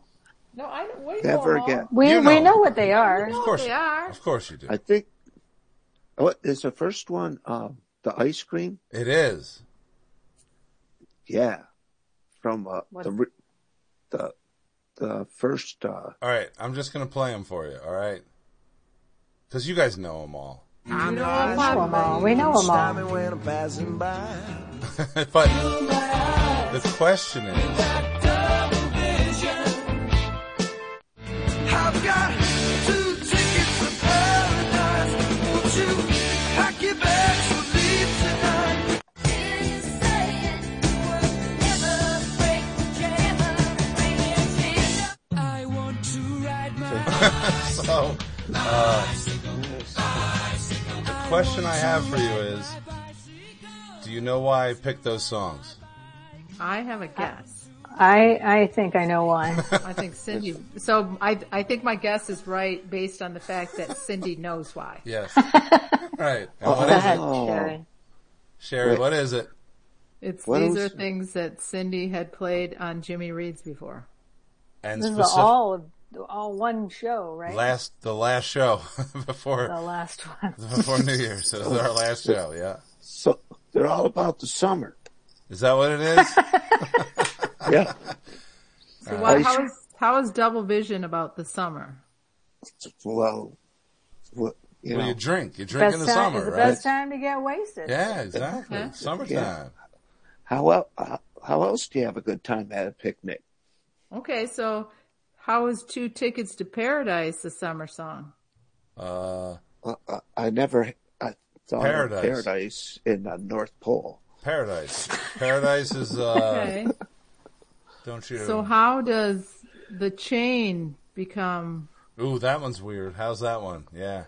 Speaker 3: no, I don't. What do you
Speaker 4: never
Speaker 3: want?
Speaker 4: again.
Speaker 5: we
Speaker 1: You know.
Speaker 5: we know what they are.
Speaker 1: Of course
Speaker 3: they
Speaker 1: you
Speaker 3: are.
Speaker 1: Of course you do.
Speaker 4: I think what is the first one? Uh, the ice cream.
Speaker 1: It is.
Speaker 4: Yeah, from uh,
Speaker 5: What-
Speaker 4: the re- the the first. Uh,
Speaker 1: All right, I'm just gonna play them for you. All right, because you guys know them all.
Speaker 5: We know them all. We know them all.
Speaker 6: Stopping when I'm passing by.
Speaker 1: but the question is,
Speaker 8: I've got two tickets to paradise. Won't you pack your bags and leave tonight? I want to ride my
Speaker 1: so uh, the question I have for you is, do you know why I picked those songs?
Speaker 3: I have a guess.
Speaker 5: I I think I know why.
Speaker 3: I think Cindy. So I, I think my guess is right based on the fact that Cindy knows why.
Speaker 1: Yes. right. And
Speaker 5: Go
Speaker 1: what is
Speaker 5: ahead,
Speaker 1: it,
Speaker 4: Oh.
Speaker 5: Sherry.
Speaker 1: Sherry? What is it?
Speaker 3: It's
Speaker 4: What
Speaker 3: these
Speaker 4: was-
Speaker 3: are things that Cindy had played on Jimmy Reed's before.
Speaker 1: And
Speaker 5: This is
Speaker 1: specific
Speaker 5: all all one show, right?
Speaker 1: last the last show
Speaker 5: the
Speaker 1: before
Speaker 5: last one.
Speaker 1: before New Year's. So this is our last show. Yeah.
Speaker 4: so they're all about the summer.
Speaker 1: Is that what it is?
Speaker 4: Yeah,
Speaker 3: So what,
Speaker 4: Ice-
Speaker 3: how is how is Double Vision about the summer?
Speaker 4: well, what, you
Speaker 1: Well,
Speaker 4: know,
Speaker 1: you drink. You drink
Speaker 5: Best
Speaker 1: in the
Speaker 5: time
Speaker 1: summer,
Speaker 5: is the
Speaker 1: right?
Speaker 5: best time to get wasted.
Speaker 1: Yeah, exactly.
Speaker 3: Yeah.
Speaker 1: Summertime.
Speaker 4: how el- how how else do you have a good time at a picnic?
Speaker 3: Okay, so how is Two Tickets to Paradise a summer song?
Speaker 1: Uh,
Speaker 4: Uh, uh, I never I thought
Speaker 1: Paradise.
Speaker 4: of paradise in the North Pole.
Speaker 1: paradise. Paradise is, uh,
Speaker 3: Okay,
Speaker 1: don't you?
Speaker 3: so how does the chain become?
Speaker 1: Ooh, that one's weird. How's that one? Yeah.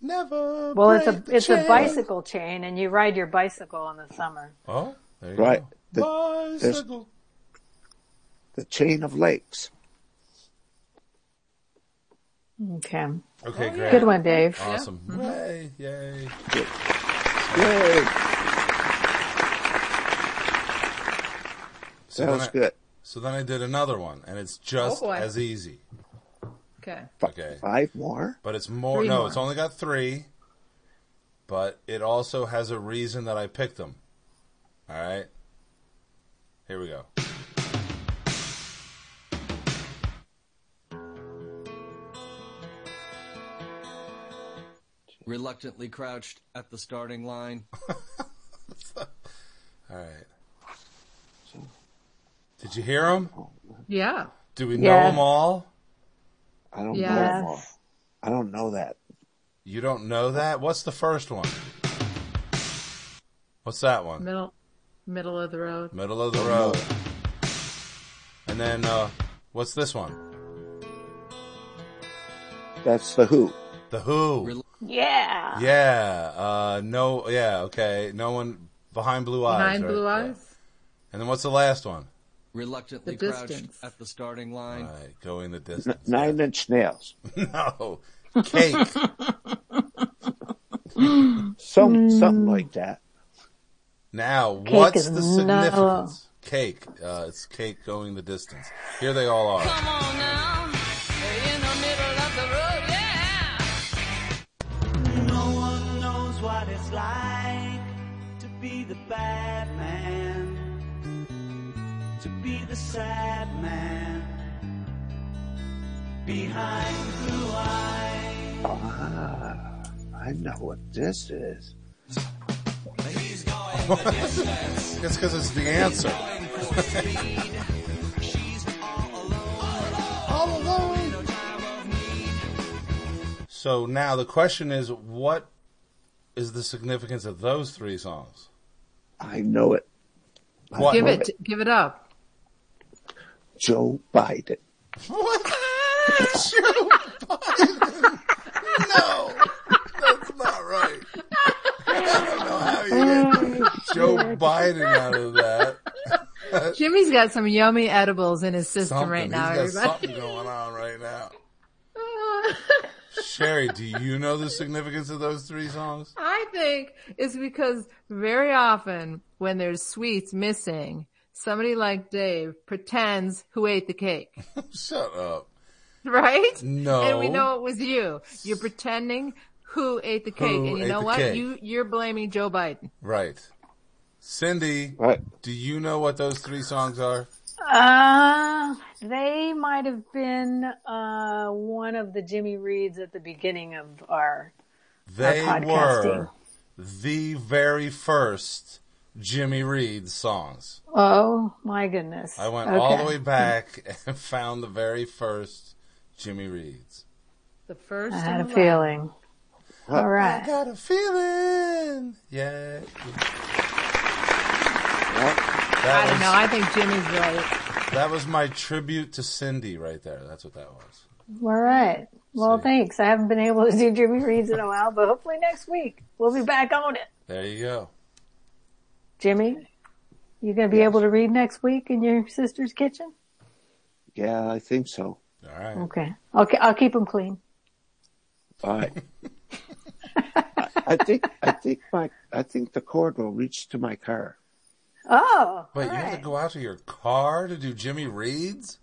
Speaker 1: Never.
Speaker 5: Well, it's a
Speaker 1: break the
Speaker 5: it's a
Speaker 1: chain.
Speaker 5: bicycle chain, and you ride your bicycle in the summer.
Speaker 1: Oh, there you
Speaker 4: Right.
Speaker 1: go.
Speaker 4: there's-
Speaker 1: Bicycle.
Speaker 4: The chain of lakes.
Speaker 5: Okay,
Speaker 1: Okay, great.
Speaker 5: good one, Dave.
Speaker 1: Oh, Awesome.
Speaker 3: Mm-hmm.
Speaker 1: Yay, yay.
Speaker 4: Yay,
Speaker 1: So
Speaker 4: that
Speaker 1: then
Speaker 4: was
Speaker 1: I-
Speaker 4: good.
Speaker 1: So then I did another one, and it's just
Speaker 3: Oh, boy.
Speaker 1: as easy.
Speaker 3: Okay.
Speaker 1: Okay.
Speaker 4: Five more?
Speaker 1: But it's more.
Speaker 3: Three
Speaker 1: no,
Speaker 3: more.
Speaker 1: it's only got three. But it also has a reason that I picked them. All right. Here we go.
Speaker 9: Reluctantly crouched at the starting line.
Speaker 1: All right. Did you hear them?
Speaker 3: Yeah.
Speaker 1: Do we know
Speaker 5: Yes.
Speaker 1: them all?
Speaker 4: I don't know
Speaker 3: Yes.
Speaker 4: them all. I don't know that.
Speaker 1: You don't know that? What's the first one? What's that one?
Speaker 3: Middle, middle of the road.
Speaker 1: Middle of the road. And then, uh, what's this one?
Speaker 4: That's the Who.
Speaker 1: The Who.
Speaker 5: Yeah.
Speaker 1: Yeah. Uh, no, yeah, okay. No one behind blue eyes.
Speaker 3: Behind
Speaker 1: right?
Speaker 3: blue
Speaker 1: Yeah.
Speaker 3: eyes.
Speaker 1: And then what's the last one?
Speaker 9: Reluctantly
Speaker 3: The
Speaker 9: crouched
Speaker 3: distance.
Speaker 9: at the starting line.
Speaker 1: All right, go in the distance.
Speaker 4: Nine Inch Nails.
Speaker 1: no. Cake.
Speaker 4: Some, Something like that.
Speaker 1: Now, what's
Speaker 5: is
Speaker 1: the
Speaker 5: no-
Speaker 1: significance? Cake. Uh, it's cake going the distance. Here they all are.
Speaker 8: Come on now, in the middle of the road, yeah. No one knows what it's like to be the bad man, to be the sad man behind blue eyes.
Speaker 4: Ah, I know what this is.
Speaker 1: It's because it's the answer. So now the question is, what is the significance of those three songs?
Speaker 4: I know it. I
Speaker 1: What?
Speaker 3: Give
Speaker 4: know
Speaker 3: it, give it up.
Speaker 4: Joe Biden.
Speaker 1: What? Joe Biden. No, that's not right. I don't know how you get Joe Biden out of that.
Speaker 3: Jimmy's got some yummy edibles in his system
Speaker 1: Uh, Something.
Speaker 3: right now,
Speaker 1: He's got
Speaker 3: everybody.
Speaker 1: something going on right now. Sherry, do you know the significance of those three songs?
Speaker 3: I think it's because very often when there's sweets missing, somebody like Dave pretends who ate the cake,
Speaker 1: Shut up.
Speaker 3: right?
Speaker 1: No.
Speaker 3: And we know it was you. You're pretending who ate the cake. and
Speaker 1: ate
Speaker 3: you know
Speaker 1: the
Speaker 3: what?
Speaker 1: cake.
Speaker 3: You, you're blaming Joe Biden.
Speaker 1: Right. Cindy,
Speaker 4: Right.
Speaker 1: do you know what those three songs are?
Speaker 5: Uh, they might have been uh, one of the Jimmy Reeds at the beginning of our.
Speaker 1: They
Speaker 5: podcasting.
Speaker 1: were the very first Jimmy Reed songs.
Speaker 5: Oh my goodness!
Speaker 1: I went all the
Speaker 5: Okay.
Speaker 1: way back and found the very first Jimmy Reeds.
Speaker 3: The first
Speaker 5: I had a
Speaker 3: and the
Speaker 5: feeling. All
Speaker 1: I
Speaker 5: right.
Speaker 1: got a feeling. Yeah.
Speaker 3: last. I
Speaker 1: That
Speaker 3: don't
Speaker 1: was,
Speaker 3: know. I think Jimmy's right.
Speaker 1: that was my tribute to Cindy right there. That's what that was.
Speaker 5: All right. Well, thanks. I haven't been able to do Jimmy Reeds in a while, but hopefully next week we'll be back on it.
Speaker 1: There you go.
Speaker 5: Jimmy, you gonna be able to read next week in your sister's kitchen?
Speaker 4: Yeah, I think so.
Speaker 1: All right.
Speaker 5: Okay. Okay. I'll keep them clean.
Speaker 4: All right. I, I think I think my I think the cord will reach to my car.
Speaker 5: Oh.
Speaker 1: Wait,
Speaker 5: all
Speaker 1: you have
Speaker 5: right.
Speaker 1: to go out to your car to do Jimmy Reeds?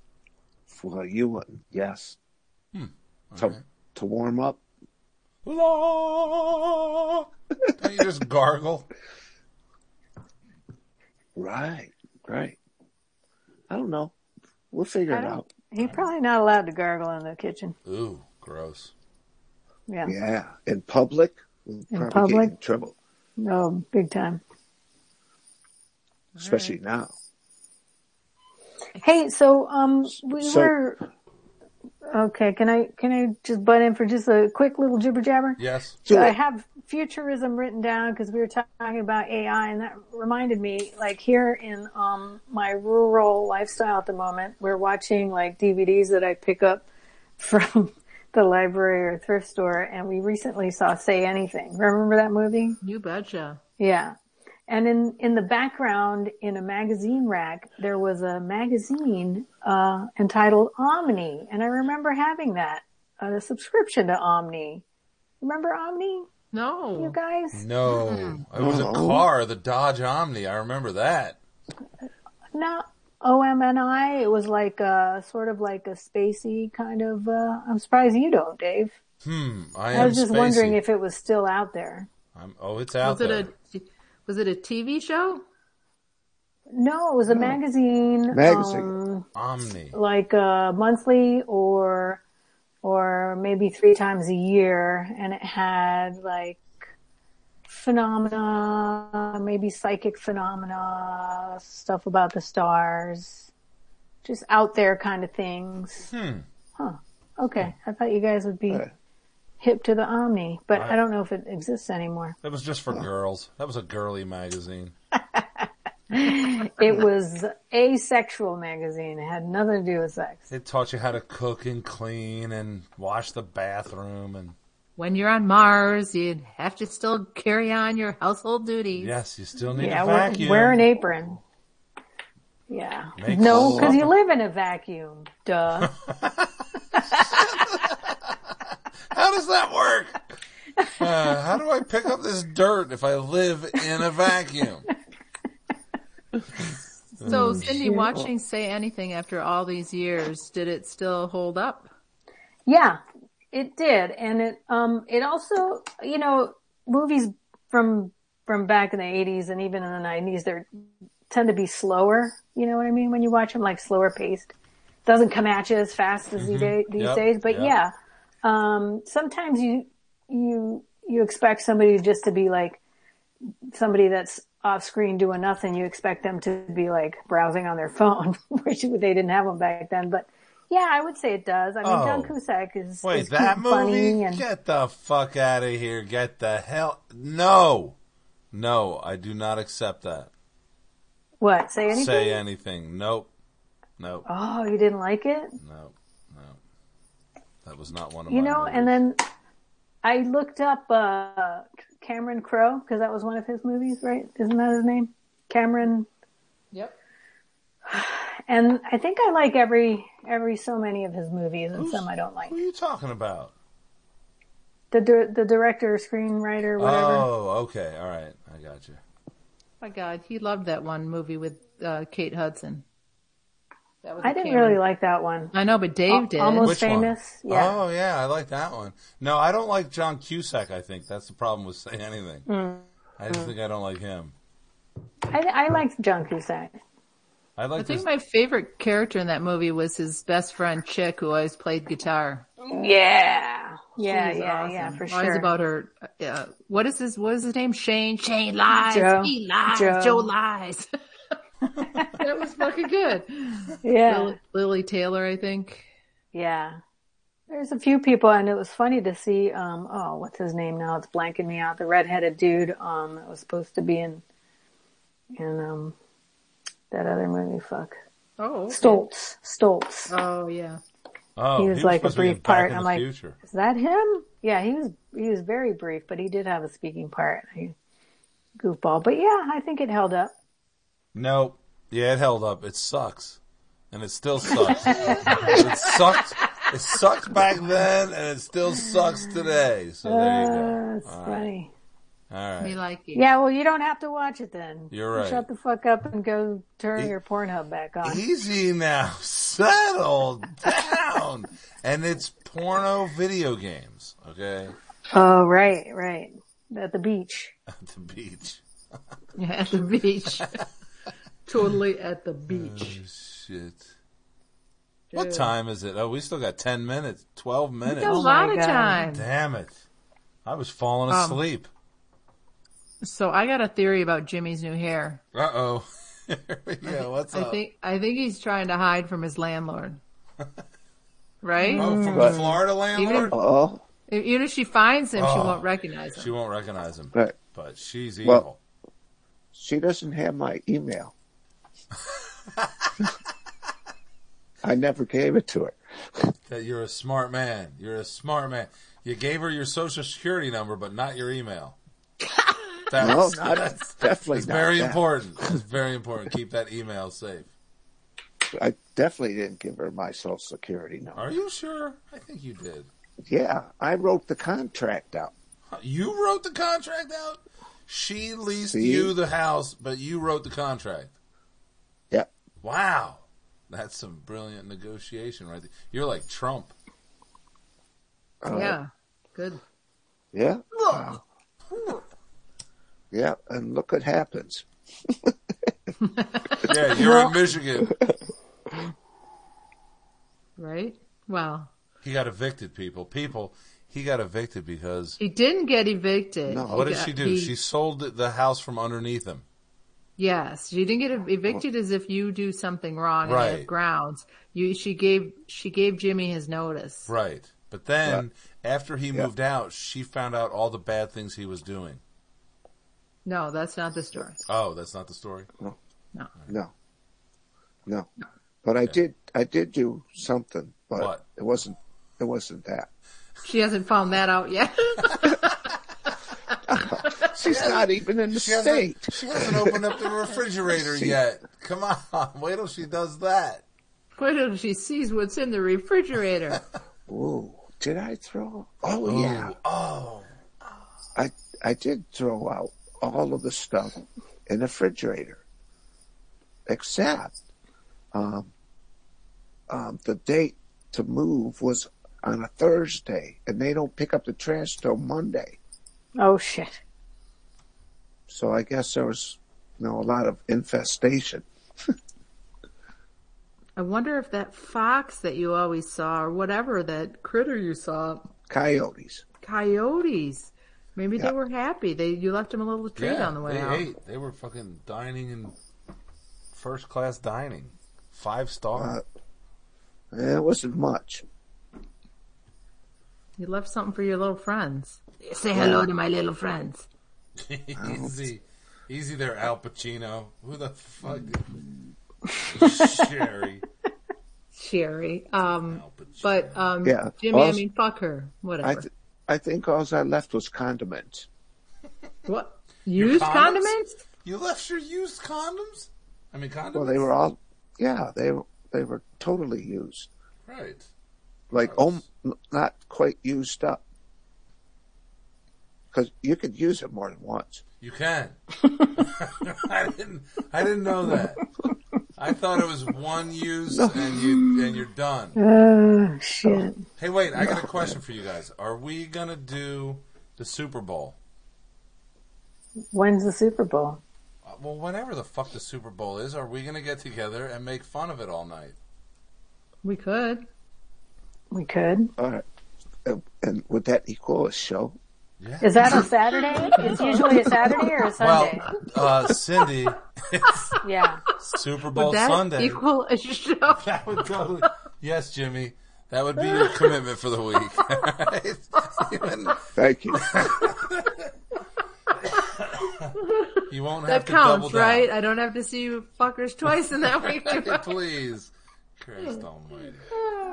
Speaker 4: Well, you wouldn't. Yes.
Speaker 1: Hmm.
Speaker 4: to to warm up.
Speaker 1: La. Don't you just gargle?
Speaker 4: Right. Right. I don't know. We'll figure it
Speaker 5: don't-
Speaker 4: out.
Speaker 5: He probably not allowed to gargle in the kitchen.
Speaker 1: Ooh, gross.
Speaker 5: Yeah.
Speaker 4: Yeah. In public. We'll probably
Speaker 5: public?
Speaker 4: Get in trouble,
Speaker 5: No, big time.
Speaker 4: especially now.
Speaker 5: Hey, so um, we
Speaker 4: So-
Speaker 5: were okay. Can I can I just butt in for just a quick little jibber jabber?
Speaker 1: Yes.
Speaker 4: Do
Speaker 5: I
Speaker 4: it.
Speaker 5: have futurism written down because we were talking about AI, and that reminded me. Like here in um my rural lifestyle at the moment, we're watching like DVDs that I pick up from the library or thrift store, and we recently saw Say Anything. Remember that movie?
Speaker 3: You betcha.
Speaker 5: Yeah. And in, in the background, in a magazine rack, there was a magazine uh, entitled Omni. And I remember having that, a subscription to Omni. Remember Omni,
Speaker 3: No.
Speaker 5: you guys?
Speaker 1: No. It was a
Speaker 4: No.
Speaker 1: car, the Dodge Omni. I remember that.
Speaker 5: No. OMNI. It was like a sort of like a spacey kind of. Uh, I'm surprised you don't, Dave.
Speaker 1: Hmm. I,
Speaker 5: I
Speaker 1: am
Speaker 5: was just
Speaker 1: spacey.
Speaker 5: wondering if it was still out there.
Speaker 1: I'm, oh, it's out
Speaker 3: was it
Speaker 1: there.
Speaker 3: a was it a TV show?
Speaker 5: No, it was a magazine.
Speaker 4: Magazine.
Speaker 5: Um,
Speaker 1: Omni.
Speaker 5: like uh, monthly or or maybe three times a year, and it had like phenomena, maybe psychic phenomena, stuff about the stars, just out there kind of things.
Speaker 1: Hmm.
Speaker 5: Huh. Okay, I thought you guys would be
Speaker 4: Uh.
Speaker 5: hip to the Omni, but
Speaker 1: I-
Speaker 5: I don't know if it exists anymore.
Speaker 1: That was just for girls. That was a girly magazine.
Speaker 5: It was asexual magazine. It had nothing to do with sex.
Speaker 1: It taught you how to cook and clean and wash the bathroom and
Speaker 3: When you're on Mars, you have to still carry on your household duties.
Speaker 1: yes, you still need
Speaker 5: Yeah,
Speaker 1: a
Speaker 5: wear,
Speaker 1: vacuum.
Speaker 5: wear an apron. Yeah.
Speaker 1: Makes
Speaker 5: no,
Speaker 1: sense.
Speaker 5: because you live in a vacuum. Duh.
Speaker 1: How does that work? Uh, how do I pick up this dirt if I live in a vacuum?
Speaker 3: So, Cindy, watching Say Anything after all these years, did it still hold up?
Speaker 5: yeah, it did, and it um it also you know movies from from back in the eighties and even in the nineties they tend to be slower. You know what I mean? When you watch them, like slower paced, doesn't come at you as fast as you day, these
Speaker 1: Mm-hmm. Yep,
Speaker 5: days. But
Speaker 1: yep.
Speaker 5: yeah, um sometimes you you you expect somebody just to be like somebody that's off screen doing nothing, you expect them to be like browsing on their phone, which they didn't have them back then. But yeah, I would say it does. I mean,
Speaker 1: Oh.
Speaker 5: John Cusack is,
Speaker 1: Wait,
Speaker 5: is cute
Speaker 1: that
Speaker 5: and funny
Speaker 1: movie?
Speaker 5: and
Speaker 1: Get the fuck out of here. Get the hell. No. No, I do not accept that.
Speaker 5: what? Say anything?
Speaker 1: Say anything. Nope. Nope.
Speaker 5: oh, you didn't like it?
Speaker 1: Nope. Nope. That was not one of
Speaker 5: You
Speaker 1: my
Speaker 5: know,
Speaker 1: movies.
Speaker 5: and then I looked up uh, Cameron Crowe because that was one of his movies, right? Isn't that his name? Cameron.
Speaker 3: Yep.
Speaker 5: And I think I like every every so many of his movies, and some I don't like.
Speaker 1: Who are you talking about?
Speaker 5: The dir- the director, screenwriter, whatever.
Speaker 1: Oh, okay. All right. I got you.
Speaker 3: My God, he loved that one movie with uh, Kate Hudson. That was
Speaker 5: I
Speaker 3: a
Speaker 5: didn't
Speaker 3: camera.
Speaker 5: really like that one.
Speaker 3: I know, but Dave
Speaker 5: Al-
Speaker 3: did.
Speaker 5: almost-
Speaker 1: Which one?
Speaker 5: famous, yeah.
Speaker 1: Oh, yeah. I like that one. No, I don't like John Cusack, I think. That's the problem with Say Anything.
Speaker 5: Hmm.
Speaker 1: I just think I don't like him.
Speaker 5: I, I liked John Cusack.
Speaker 1: I
Speaker 3: I
Speaker 1: like
Speaker 3: think
Speaker 1: this.
Speaker 3: my favorite character in that movie was his best friend Chick, who always played guitar.
Speaker 5: Yeah. Yeah,
Speaker 3: She was
Speaker 5: yeah,
Speaker 3: awesome.
Speaker 5: yeah, for sure.
Speaker 3: Always about her. Uh, what is his? What is his name? Shane. Shane lies.
Speaker 5: Joe.
Speaker 3: He lies.
Speaker 5: Joe.
Speaker 3: Joe, lies. that was fucking good.
Speaker 5: yeah.
Speaker 3: Lily, Lily Taylor, I think.
Speaker 5: Yeah. There's a few people and it was funny to see, um, oh, what's his name now? It's blanking me out. The redheaded dude, um, that was supposed to be in, in, um, that other movie, fuck.
Speaker 3: Oh.
Speaker 5: Stoltz. Stoltz.
Speaker 3: Oh yeah.
Speaker 1: Oh,
Speaker 5: he was like a
Speaker 1: supposed to be in
Speaker 5: brief
Speaker 1: Back
Speaker 5: part.
Speaker 1: in
Speaker 5: I'm
Speaker 1: the
Speaker 5: like-
Speaker 1: future.
Speaker 5: Is that him? Yeah, he was, he was very brief, but he did have a speaking part. He, goofball. But yeah, I think it held up.
Speaker 1: Nope. Yeah, it held up. It sucks. And it still sucks. it sucked. It sucked back then, and it still sucks today. So there you
Speaker 5: Uh,
Speaker 1: go.
Speaker 5: it's funny.
Speaker 1: All
Speaker 3: Me
Speaker 1: right.
Speaker 3: like it.
Speaker 5: Yeah, well, you don't have to watch it then.
Speaker 1: You're right.
Speaker 5: Shut the fuck up and go turn your Pornhub back on.
Speaker 1: Easy now. Settle down. And it's porno video games, okay?
Speaker 5: oh, right, right. At the beach.
Speaker 1: At the beach.
Speaker 3: Yeah, at the beach. totally at the beach.
Speaker 1: Shit. What time is it? Oh, we still got 10 minutes, 12 minutes.
Speaker 3: Got a
Speaker 5: Oh my
Speaker 3: lot of
Speaker 5: God.
Speaker 3: time.
Speaker 1: Damn it. I was falling
Speaker 3: Um,
Speaker 1: asleep.
Speaker 3: So I got a theory about Jimmy's new hair.
Speaker 1: Uh oh. yeah, what's
Speaker 3: I
Speaker 1: up?
Speaker 3: think I think he's trying to hide from his landlord. Right?
Speaker 1: oh, from the Florida landlord?
Speaker 4: Oh,
Speaker 3: If- Even if she finds him, she
Speaker 1: Oh.
Speaker 3: won't recognize him.
Speaker 1: She won't recognize him,
Speaker 4: right.
Speaker 1: but she's evil.
Speaker 4: Well- She doesn't have my email. I never gave it to her.
Speaker 1: that you're a smart man. You're a smart man. You gave her your social security number, but not your email. That's,
Speaker 4: No, not,
Speaker 1: that's,
Speaker 4: definitely
Speaker 1: that's
Speaker 4: not.
Speaker 1: very
Speaker 4: that.
Speaker 1: important. That's very important. Keep that email safe.
Speaker 4: I definitely didn't give her my social security number.
Speaker 1: Are you sure? I think you did.
Speaker 4: Yeah, I wrote the contract out.
Speaker 1: Huh, You wrote the contract out? She leased
Speaker 4: See?
Speaker 1: you the house, but you wrote the contract.
Speaker 4: Yep.
Speaker 1: Wow. That's some brilliant negotiation right there. You're like Trump.
Speaker 4: Uh,
Speaker 3: yeah. Good.
Speaker 4: Yeah. Yeah. And look what happens.
Speaker 1: Yeah, you're in Michigan.
Speaker 3: Right? Well,
Speaker 1: He got evicted, people. People, he got evicted because
Speaker 3: he didn't get evicted.
Speaker 4: No.
Speaker 3: He
Speaker 1: what did
Speaker 3: got-
Speaker 1: she do?
Speaker 3: he-
Speaker 1: She sold the- the house from underneath him.
Speaker 3: Yes, she didn't get evicted as if you do something wrong and
Speaker 1: Right.
Speaker 3: have grounds. You, she gave, she gave Jimmy his notice.
Speaker 1: Right. But then after he moved out, she found out all the bad things he was doing.
Speaker 3: No, that's not the story.
Speaker 1: Oh, that's not the story.
Speaker 4: No. No. But I did, I did do something, but
Speaker 1: What?
Speaker 4: it wasn't, it wasn't that.
Speaker 3: She hasn't found that out yet.
Speaker 4: She's not even in the
Speaker 1: She hasn't,
Speaker 4: state.
Speaker 1: she hasn't opened up the refrigerator yet. Come on, wait till she does that.
Speaker 3: Wait till she sees what's in the refrigerator.
Speaker 4: Ooh, did I throw? Oh yeah,
Speaker 1: Oh,
Speaker 4: I I did throw out all of the stuff in the refrigerator, except um, um, the date to move was on a Thursday, and they don't pick up the trash till Monday.
Speaker 5: Oh shit.
Speaker 4: So I guess there was you know a lot of infestation.
Speaker 3: I wonder if that fox that you always saw, or whatever that critter you saw,
Speaker 4: Coyotes.
Speaker 3: coyotes. Maybe
Speaker 4: Yeah.
Speaker 3: they were happy. They you left them a little treat
Speaker 1: yeah.
Speaker 3: on the way
Speaker 1: they
Speaker 3: out.
Speaker 1: ate. They were fucking dining in first class dining, five star.
Speaker 4: Uh, eh, It wasn't much.
Speaker 3: You left something for your little friends. Say hello to my little friends.
Speaker 1: easy, easy there, Al Pacino. Who the fuck? Did... Sherry
Speaker 3: Sherry. Um,
Speaker 1: Al Pacino.
Speaker 3: but um,
Speaker 4: Yeah.
Speaker 3: Jimmy, I
Speaker 4: Also-
Speaker 3: mean, fuck her. Whatever.
Speaker 4: I th- I think all I left was condiments.
Speaker 3: what? Used condiments?
Speaker 1: condiments? you left your used condoms. I mean condoms.
Speaker 4: Well, they were all, yeah, they were they were totally used,
Speaker 1: right.
Speaker 4: like om, not quite used up, because you could use it more than once.
Speaker 1: You can. I didn't. I didn't know that. I thought it was one use and you and you're done.
Speaker 5: Oh shit.
Speaker 1: Hey, wait! I got a question for you guys. Are we gonna do the Super Bowl?
Speaker 5: When's the Super Bowl?
Speaker 1: Uh, Well, whenever the fuck the Super Bowl is, are we gonna get together and make fun of it all night?
Speaker 3: We could.
Speaker 5: We could.
Speaker 4: All right, and, and would that equal a show?
Speaker 1: Yeah.
Speaker 5: Is that on Saturday? It's usually a Saturday or a
Speaker 1: well,
Speaker 5: Sunday.
Speaker 1: uh, Cindy, it's
Speaker 5: yeah.
Speaker 1: Super
Speaker 3: Would
Speaker 1: Bowl
Speaker 3: that
Speaker 1: Sunday.
Speaker 3: equal a show?
Speaker 1: That would totally. Yes, Jimmy. That would be your commitment for the week. Right? Even-
Speaker 4: Thank you.
Speaker 1: you won't have
Speaker 3: That
Speaker 1: to
Speaker 3: counts,
Speaker 1: double down.
Speaker 3: right? I don't have to see you fuckers twice in that week.
Speaker 1: Hey, please. Christ almighty.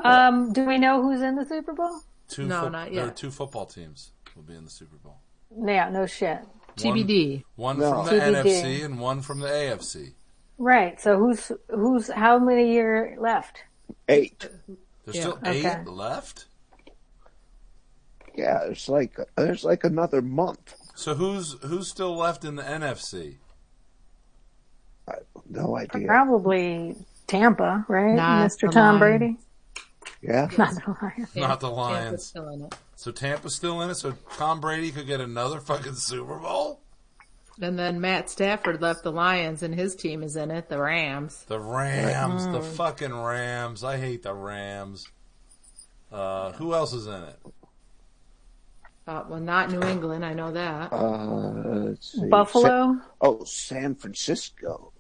Speaker 5: Um, do we know who's in the Super Bowl?
Speaker 1: Two
Speaker 3: No,
Speaker 1: fo-
Speaker 3: not
Speaker 1: There are
Speaker 3: yet.
Speaker 1: two football teams will be in the Super Bowl.
Speaker 5: Yeah, no shit.
Speaker 3: TBD.
Speaker 1: One
Speaker 4: No.
Speaker 1: from the
Speaker 5: TBD.
Speaker 1: NFC and one from the AFC.
Speaker 5: Right. So who's who's how many year left?
Speaker 4: Eight.
Speaker 1: There's
Speaker 3: Yeah,
Speaker 1: still eight
Speaker 5: okay.
Speaker 1: left?
Speaker 4: Yeah, it's like there's like another month.
Speaker 1: So who's who's still left in the NFC?
Speaker 4: I, no idea.
Speaker 5: Probably Tampa, right?
Speaker 3: Not
Speaker 5: Mr.
Speaker 3: the Lions.
Speaker 5: Tom Brady.
Speaker 4: Yeah,
Speaker 5: Not the Lions.
Speaker 1: Not the
Speaker 3: Tampa's
Speaker 1: Lions.
Speaker 3: still in it.
Speaker 1: So Tampa's still in it, so Tom Brady could get another fucking Super Bowl?
Speaker 3: And then Matt Stafford left the Lions, and his team is in it, the Rams.
Speaker 1: The Rams, the
Speaker 3: Mm.
Speaker 1: fucking Rams. I hate the Rams. Uh, who else is in it?
Speaker 3: Uh, well, not New England. I know that.
Speaker 4: uh, let's see. Sa-
Speaker 5: Buffalo
Speaker 4: oh, San Francisco.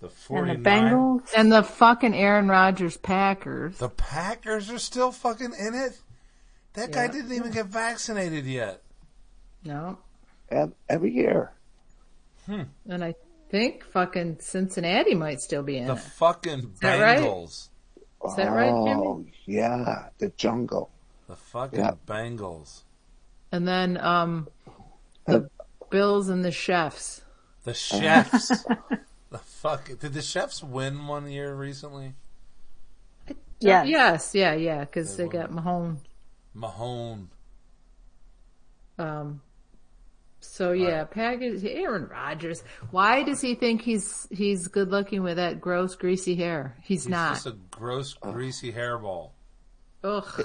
Speaker 1: The 49
Speaker 5: and the Bengals.
Speaker 3: And the fucking Aaron Rodgers Packers.
Speaker 1: The Packers are still fucking in it. That guy
Speaker 3: Yeah.
Speaker 1: didn't even get vaccinated yet.
Speaker 3: No.
Speaker 4: Ev- Every year.
Speaker 3: And I think fucking Cincinnati might still be in
Speaker 1: The
Speaker 3: it.
Speaker 1: fucking
Speaker 3: that right?
Speaker 1: Bengals.
Speaker 3: Is that right, Jimmy?
Speaker 4: Oh, yeah, the jungle.
Speaker 1: The fucking
Speaker 4: Yeah.
Speaker 1: Bengals.
Speaker 3: And then um the Bills and the Chefs.
Speaker 1: The chefs. the fuck. Did the chefs win one year recently?
Speaker 5: Yeah.
Speaker 3: Yes, yeah, yeah, because they got Mahone
Speaker 1: Mahone.
Speaker 3: um So yeah, package Aaron Rodgers. Why does he think he's he's good looking with that gross greasy hair? He's,
Speaker 1: He's
Speaker 3: not.
Speaker 1: just a gross, greasy hairball.
Speaker 3: Ugh.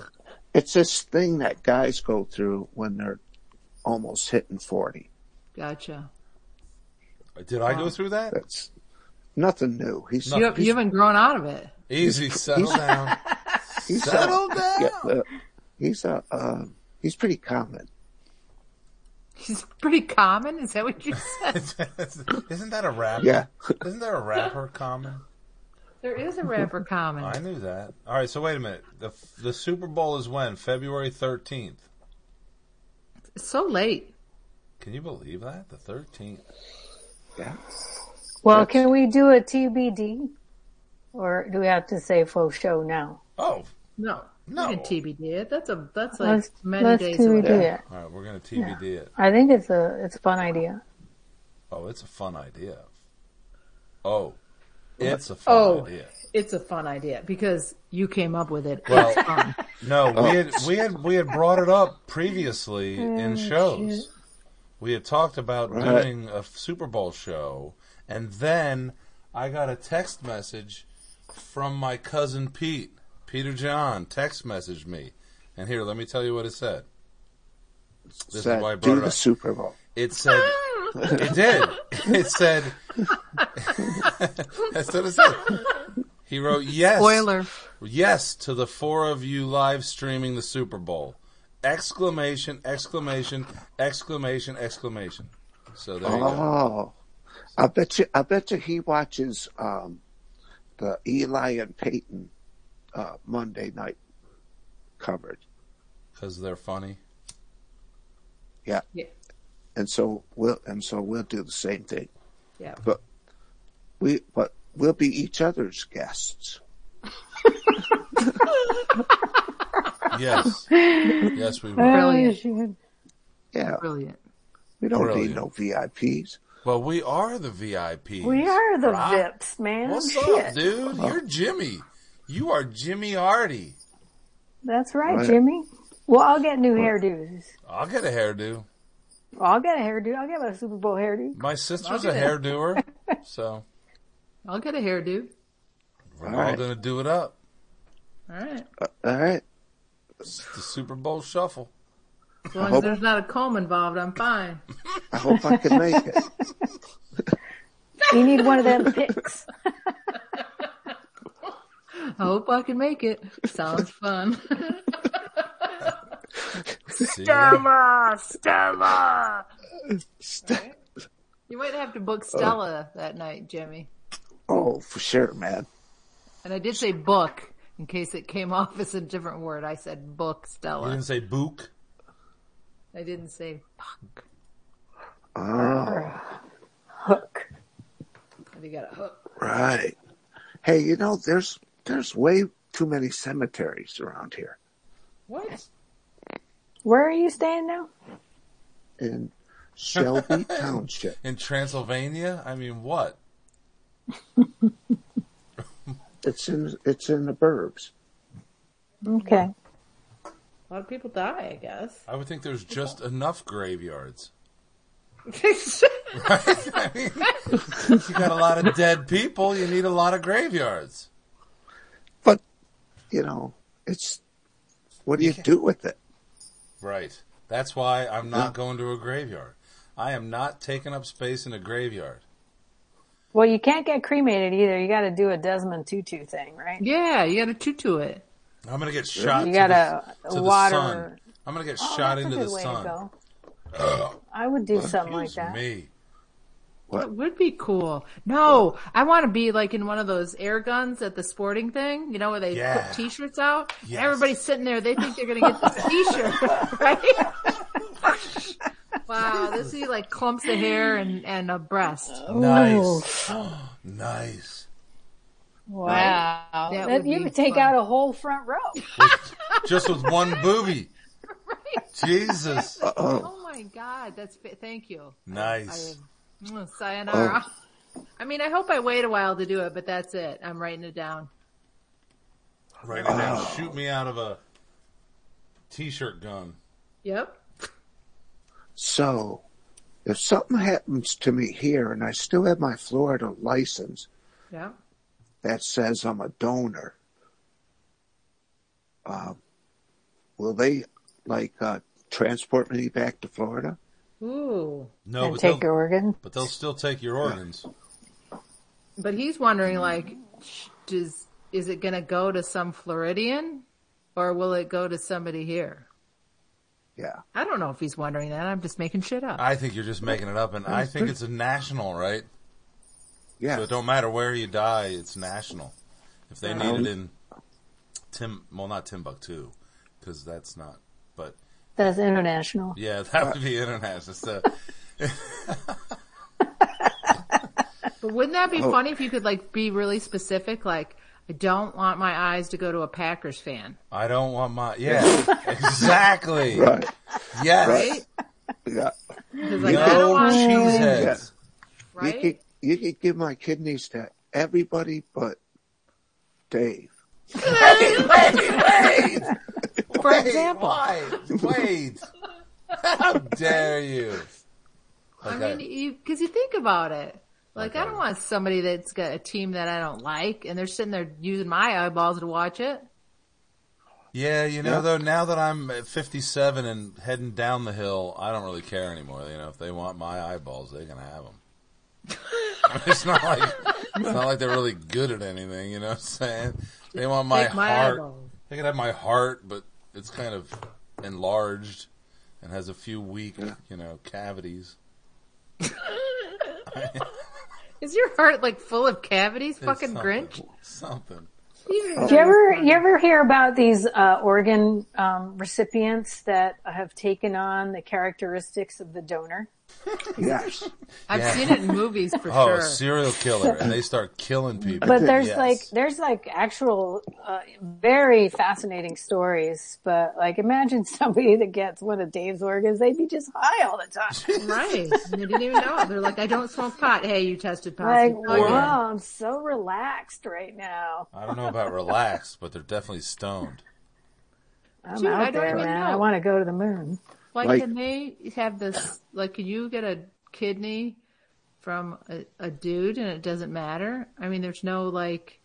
Speaker 4: It's this thing that guys go through when they're almost hitting 40.
Speaker 3: Gotcha.
Speaker 1: Did I go through that?
Speaker 4: That's nothing new.
Speaker 1: Oh,
Speaker 4: He's,
Speaker 3: You, you haven't grown out of it.
Speaker 1: Easy, settle down.
Speaker 4: he's
Speaker 1: Settle
Speaker 4: a,
Speaker 1: down.
Speaker 4: yeah, uh, he's a, uh, he's pretty common.
Speaker 3: He's pretty common. Is that what you said?
Speaker 1: Isn't that a rapper?
Speaker 4: Yeah.
Speaker 1: Isn't there a rapper common?
Speaker 3: there is a rapper common.
Speaker 1: I knew that. All right, so wait a minute. The the Super Bowl is when? February 13th.
Speaker 3: It's so late.
Speaker 1: Can you believe that? The 13th.
Speaker 4: Yeah.
Speaker 5: Well, can we do a TBD? Or do we have to say faux show now?
Speaker 1: Oh,
Speaker 3: No,
Speaker 1: No.
Speaker 3: You can TBD it. That's a that's like
Speaker 5: Let's,
Speaker 3: many
Speaker 5: let's
Speaker 3: days
Speaker 5: TBD
Speaker 3: away.
Speaker 5: it.
Speaker 1: all right, we're going to TBD it.
Speaker 5: I think it's a, it's a fun idea.
Speaker 1: Oh, it's a fun idea. Oh, it's a fun
Speaker 3: Oh.
Speaker 1: idea.
Speaker 3: It's a fun idea because you came up with it.
Speaker 1: Well-
Speaker 3: it's fun.
Speaker 1: No,
Speaker 4: Oh.
Speaker 1: we had we had we had brought it up previously
Speaker 3: Oh,
Speaker 1: in shows. We had talked about
Speaker 4: Right.
Speaker 1: doing a Super Bowl show, and then I got a text message from my cousin Pete. Peter John text messaged me, and here, let me tell you what it said. This
Speaker 4: Said,
Speaker 1: is why I brought
Speaker 4: do
Speaker 1: it
Speaker 4: the
Speaker 1: up.
Speaker 4: Super Bowl.
Speaker 1: It said, it did. It said, that's what it said. He wrote, yes.
Speaker 3: Spoiler.
Speaker 1: Yes to the four of you live streaming the Super Bowl. Exclamation, exclamation, exclamation, exclamation. So there you
Speaker 5: Uh-huh.
Speaker 1: go.
Speaker 4: Oh, I bet you, I bet you he watches, um, the Eli and Peyton, uh, Monday night covered.
Speaker 1: Because they're funny.
Speaker 4: And so we'll, and so we'll do the same thing.
Speaker 3: Yeah.
Speaker 4: But we, but we'll be each other's guests.
Speaker 1: Yes. yes, we will.
Speaker 3: Brilliant.
Speaker 4: Yeah.
Speaker 3: Brilliant.
Speaker 4: We don't
Speaker 1: Brilliant.
Speaker 4: need no VIPs.
Speaker 1: Well, we are the VIPs.
Speaker 5: We are the
Speaker 1: Rob.
Speaker 5: VIPs, man.
Speaker 1: What's
Speaker 5: Shit.
Speaker 1: up, dude? You're Jimmy. You are Jimmy Hardy.
Speaker 5: That's right,
Speaker 4: Right.
Speaker 5: Jimmy. Well, I'll get new hairdos.
Speaker 1: I'll get a hairdo.
Speaker 5: Well, I'll get a hairdo. I'll get my Super Bowl hairdo.
Speaker 1: My sister's a hairdoer, so
Speaker 3: I'll get a hairdo.
Speaker 1: we're
Speaker 4: All
Speaker 1: all
Speaker 4: right.
Speaker 1: gonna do it up.
Speaker 3: All right.
Speaker 4: All right.
Speaker 1: It's the Super Bowl shuffle.
Speaker 3: As long as
Speaker 4: hope-
Speaker 3: there's not a comb involved, I'm fine.
Speaker 4: I hope I can make it.
Speaker 5: You need one of them picks.
Speaker 3: I hope I can make it. Sounds fun.
Speaker 1: See you later.
Speaker 2: Stella! Stella!
Speaker 3: you might have to book Stella that night, Jimmy.
Speaker 4: Oh, for sure, man.
Speaker 3: And I did say book in case it came off as a different word. I said book
Speaker 1: You
Speaker 3: Stella.
Speaker 1: didn't say book.
Speaker 3: I didn't say fuck.
Speaker 4: Oh,
Speaker 5: Hook.
Speaker 3: And you got a hook.
Speaker 4: right. Hey, you know, there's there's way too many cemeteries around here,
Speaker 3: What?
Speaker 5: Where are you staying now?
Speaker 4: in Shelby Township.
Speaker 1: In Transylvania? I mean, what?
Speaker 4: It's in it's in the burbs.
Speaker 5: Okay.
Speaker 3: A lot of people die, I guess.
Speaker 1: I would think there's just enough graveyards.
Speaker 3: That's
Speaker 1: I mean, you got a lot of dead people. You need a lot of graveyards.
Speaker 4: But you know, it's what do you do with it?
Speaker 1: Right. That's why I'm not going to a graveyard. I am not taking up space in a graveyard.
Speaker 5: Well, you can't get cremated either. You got to do a Desmond Tutu thing, right?
Speaker 3: yeah, you got a tutu it.
Speaker 1: I'm gonna get shot.
Speaker 5: You
Speaker 1: to
Speaker 5: gotta
Speaker 1: the, to
Speaker 5: water-
Speaker 1: the sun. I'm gonna get
Speaker 5: Oh,
Speaker 1: shot
Speaker 5: that's a
Speaker 1: into
Speaker 5: good
Speaker 1: the
Speaker 5: way to
Speaker 1: sun.
Speaker 5: go. I would do something like
Speaker 1: Excuse
Speaker 5: that.
Speaker 1: me.
Speaker 3: That would be cool. No, I want to be like in one of those air guns at the sporting thing, you know, where they
Speaker 1: Yeah.
Speaker 3: put t-shirts out.
Speaker 1: Yes.
Speaker 3: Everybody's sitting there. They think they're going to get this t-shirt, right? wow. This is like clumps of hair and, and a breast.
Speaker 1: Nice. nice.
Speaker 5: Wow.
Speaker 3: That
Speaker 5: That-
Speaker 3: would
Speaker 5: you
Speaker 3: be
Speaker 5: could take
Speaker 3: fun.
Speaker 5: out a whole front row.
Speaker 1: Just with one booby. Jesus.
Speaker 3: Oh my God. That's, fa- thank you.
Speaker 1: Nice.
Speaker 3: Mm, Sayonara.
Speaker 1: Oh.
Speaker 3: I mean, I hope I wait a while to do it, but that's it. I'm writing it down.
Speaker 1: Right now, shoot me out of a t-shirt gun.
Speaker 3: Yep.
Speaker 4: So if something happens to me here and I still have my Florida license
Speaker 3: Yeah.
Speaker 4: that says I'm a donor, uh, will they like uh, transport me back to Florida?
Speaker 3: Ooh.
Speaker 1: No,
Speaker 5: and
Speaker 1: but
Speaker 5: take
Speaker 1: they'll,
Speaker 5: your organ.
Speaker 1: but they'll still take your organs.
Speaker 3: But he's wondering, like, sh- does is it going to go to some Floridian, or will it go to somebody here?
Speaker 4: Yeah.
Speaker 3: I don't know if he's wondering that. I'm just making shit up.
Speaker 1: I think you're just making it up, and I think it's a national, right?
Speaker 4: Yeah.
Speaker 1: So it don't matter where you die, it's national. If they
Speaker 5: Um,
Speaker 1: need it in Tim, well, not Timbuktu, because that's not. But
Speaker 5: That's international.
Speaker 1: yeah, that would be international. So
Speaker 3: But wouldn't that
Speaker 1: Oh.
Speaker 3: be funny if you could like be really specific? Like, I don't want my eyes to go to a Packers fan.
Speaker 1: I don't want my. Yeah, exactly.
Speaker 4: Right.
Speaker 1: Yes.
Speaker 3: Right?
Speaker 4: Yeah.
Speaker 3: 'Cause, like,
Speaker 1: No
Speaker 3: I don't want,
Speaker 1: cheeseheads.
Speaker 4: You could
Speaker 3: right?
Speaker 4: you could give my kidneys to everybody but Dave.
Speaker 3: For example,
Speaker 1: Why? Wait. How dare you?
Speaker 3: I mean, you because you think about it. Like, I
Speaker 1: Okay.
Speaker 3: don't want somebody that's got a team that I don't like, and they're sitting there using my eyeballs to watch it.
Speaker 1: Yeah, you know, though, now that I'm at 57 and heading down the hill, I don't really care anymore. You know, if they want my eyeballs, they can have them. it's not like it's not like they're really good at anything. You know what I'm saying? They want my,
Speaker 3: Take my
Speaker 1: heart.
Speaker 3: eyeballs.
Speaker 1: They can have my heart, but it's kind of enlarged and has a few weak, you know, cavities.
Speaker 3: Is your heart like full of cavities? Fucking
Speaker 1: something,
Speaker 3: Grinch.
Speaker 1: Something.
Speaker 5: Do you ever you ever hear about these uh, organ um, recipients that have taken on the characteristics of the donor?
Speaker 4: Yes.
Speaker 3: I've
Speaker 1: Yeah.
Speaker 3: seen it in movies for
Speaker 1: Oh,
Speaker 3: sure.
Speaker 1: a serial killer, and they start killing people.
Speaker 5: But there's
Speaker 1: Yes.
Speaker 5: like there's like actual uh, very fascinating stories. But like imagine somebody that gets one of Dave's organs, they'd be just high all the time.
Speaker 3: Right. And they didn't even know it. They're like, I don't smoke pot. Hey, you tested
Speaker 5: like
Speaker 3: positive. Oh, yeah.
Speaker 5: wow, I'm so relaxed right now.
Speaker 1: I don't know about relaxed, but they're definitely stoned.
Speaker 5: I'm
Speaker 3: Dude,
Speaker 5: out
Speaker 3: I don't
Speaker 5: there,
Speaker 3: even
Speaker 5: man.
Speaker 3: know.
Speaker 5: I want to go to the moon.
Speaker 3: Like,
Speaker 4: Like-
Speaker 3: can they have this? Like, can you get a kidney from a, a dude and it doesn't matter? I mean, there's no like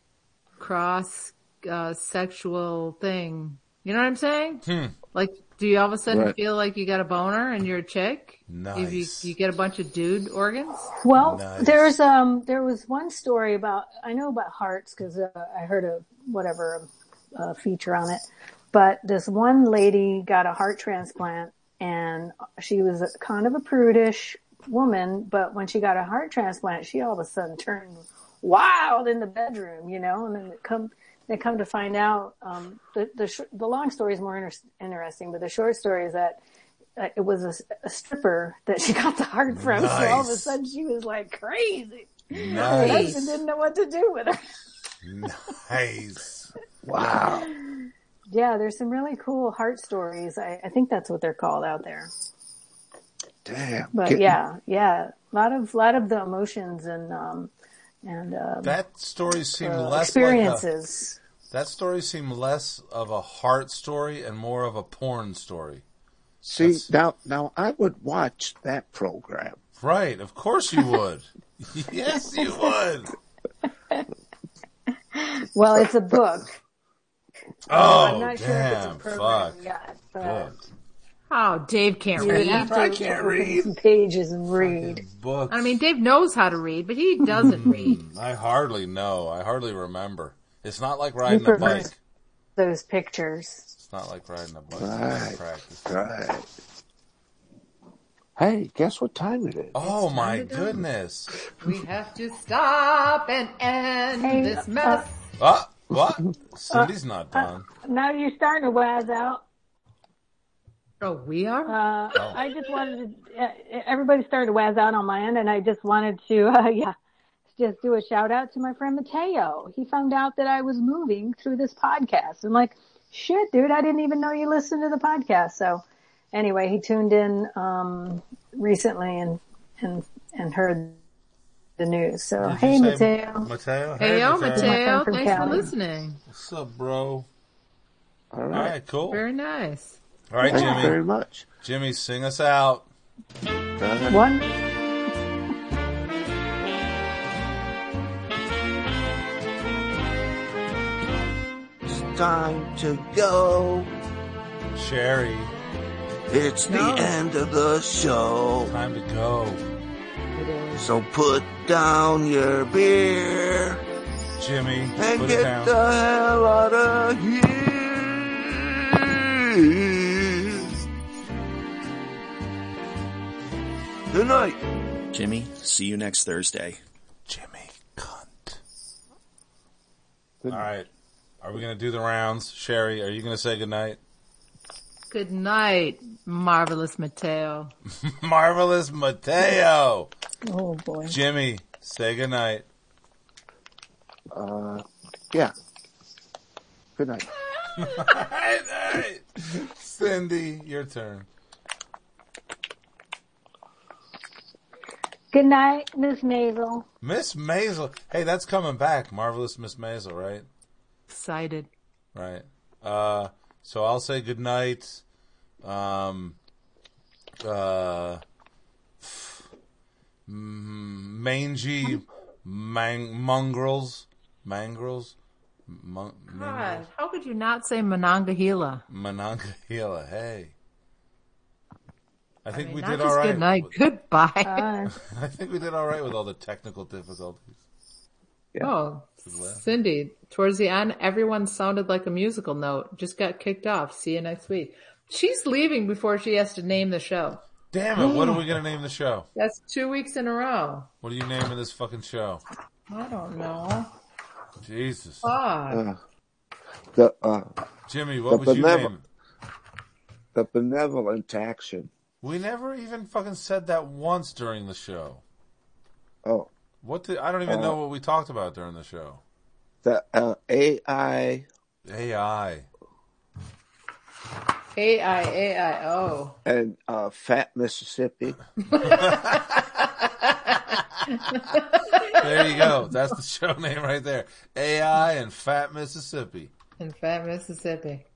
Speaker 3: cross uh, sexual thing. You know what I'm saying? Like, do you all of a sudden
Speaker 4: Right.
Speaker 3: feel like you got a boner and you're a chick? If
Speaker 1: Nice.
Speaker 3: you, you get a bunch of dude organs?
Speaker 5: Well,
Speaker 1: Nice.
Speaker 5: there's um there was one story about I know about hearts because uh, I heard a whatever uh, feature on it, but this one lady got a heart transplant and she was a, kind of a prudish woman, but when she got a heart transplant, she all of a sudden turned wild in the bedroom, you know, and then it come they come to find out um, the the sh- the long story is more inter- interesting, but the short story is that uh, it was a, s- a stripper that she got the heart from. So all of a
Speaker 1: Nice.
Speaker 5: sudden she was like crazy. Her
Speaker 1: Nice.
Speaker 5: husband didn't know what to do with her.
Speaker 1: Nice.
Speaker 4: Wow.
Speaker 5: Yeah, there's some really cool heart stories. I, I think that's what they're called out there.
Speaker 4: Damn.
Speaker 5: But
Speaker 4: Kidney-
Speaker 5: yeah, yeah, a lot of lot of the emotions and um and um,
Speaker 1: That story seemed
Speaker 5: uh,
Speaker 1: less like
Speaker 5: experiences.
Speaker 1: a, that story seemed less of a heart story and more of a porn story.
Speaker 4: See now now I would watch that program.
Speaker 1: Right, of course you would. yes, you would.
Speaker 5: well, it's a book. I'm
Speaker 1: Oh,
Speaker 5: not sure if it's a
Speaker 1: damn,
Speaker 5: program
Speaker 1: fuck.
Speaker 5: yet, but
Speaker 1: Book.
Speaker 3: Oh, Dave can't
Speaker 5: you would
Speaker 3: read.
Speaker 5: have to I can't read some pages and read.
Speaker 1: Books.
Speaker 3: I mean, Dave knows how to read, but he doesn't read.
Speaker 1: I hardly know. I hardly remember. It's not like riding a
Speaker 5: Super-
Speaker 1: bike.
Speaker 5: Those pictures.
Speaker 1: It's not like riding a bike.
Speaker 4: Right.
Speaker 1: Practice.
Speaker 4: Right. Hey, guess what time it is?
Speaker 1: Oh my goodness.
Speaker 3: We have to stop and end
Speaker 5: Hey,
Speaker 3: this
Speaker 5: uh,
Speaker 3: mess.
Speaker 1: Ah, what? Cindy's not done.
Speaker 5: Now you're starting to waz out.
Speaker 3: oh, we are?
Speaker 5: Uh, I just wanted to, uh, everybody started to waz out on my end, and I just wanted to, uh, yeah, just do a shout out to my friend Mateo. He found out that I was moving through this podcast. I'm like, shit, dude, I didn't even know you listened to the podcast. So anyway, he tuned in, um, recently and, and, and heard the news. So,
Speaker 1: Did
Speaker 5: uh, hey,
Speaker 1: you say
Speaker 5: Mateo.
Speaker 1: Mateo.
Speaker 3: Hey, yo,
Speaker 5: My
Speaker 3: Mateo.
Speaker 5: friend from
Speaker 3: Thanks for
Speaker 5: Cali.
Speaker 3: listening.
Speaker 1: What's up, bro?
Speaker 4: All
Speaker 1: All
Speaker 4: right.
Speaker 1: right, cool.
Speaker 3: Very nice.
Speaker 1: All right,
Speaker 4: Thank you
Speaker 1: Jimmy.
Speaker 4: very much.
Speaker 1: Jimmy, sing us out.
Speaker 5: One.
Speaker 6: It's time to go.
Speaker 1: Sherry,
Speaker 6: It's
Speaker 3: No.
Speaker 6: the end of the show.
Speaker 1: time to go.
Speaker 3: It is.
Speaker 6: So put down your beer
Speaker 1: Jimmy,
Speaker 6: and
Speaker 1: put
Speaker 6: get
Speaker 1: it down.
Speaker 6: the hell out of here. Good night.
Speaker 10: Jimmy, see you next Thursday.
Speaker 1: Jimmy, cunt. All right. Are we going to do the rounds? Sherry, are you going to say goodnight?
Speaker 3: Good night, marvelous Mateo.
Speaker 1: Marvelous Mateo.
Speaker 5: Oh boy.
Speaker 1: Jimmy, say goodnight.
Speaker 4: Uh, yeah. Good night.
Speaker 1: Hey, hey. Cindy, your turn.
Speaker 11: Good night, Miss Maisel.
Speaker 1: Miss Maisel. Hey, that's coming back. Marvelous Miss Maisel, right?
Speaker 3: Excited.
Speaker 1: Right. Uh, so I'll say goodnight. Um, uh, mm, mangy mang- mongrels. Mongrels? Mon-
Speaker 3: God, how could you not say Monongahela?
Speaker 1: Monongahela. Hey. I think we
Speaker 3: Not
Speaker 1: did
Speaker 3: just
Speaker 1: all right.
Speaker 3: good night.
Speaker 1: with-
Speaker 3: Goodbye.
Speaker 5: Uh,
Speaker 1: I think we did all right with all the technical difficulties.
Speaker 3: oh, Cindy, towards the end, everyone sounded like a musical note. Just got kicked off. See you next week. She's leaving before she has to name the show.
Speaker 1: Damn it! What are we gonna name the show?
Speaker 3: That's two weeks in a row.
Speaker 1: What are you naming this fucking show?
Speaker 3: I don't know.
Speaker 1: Jesus,
Speaker 3: Fuck.
Speaker 4: Uh, the uh,
Speaker 1: Jimmy, what
Speaker 4: The
Speaker 1: was you
Speaker 4: Benevolent-
Speaker 1: naming?
Speaker 4: the benevolent action.
Speaker 1: We never even fucking said that once during the show.
Speaker 4: Oh,
Speaker 1: What did I don't even
Speaker 4: Uh,
Speaker 1: know what we talked about during the show.
Speaker 4: the uh, AI
Speaker 1: AI.
Speaker 3: A-I-A-I-O.
Speaker 4: and uh, Fat Mississippi.
Speaker 1: There you go. That's the show name right there. AI and Fat Mississippi.
Speaker 3: In Fat Mississippi.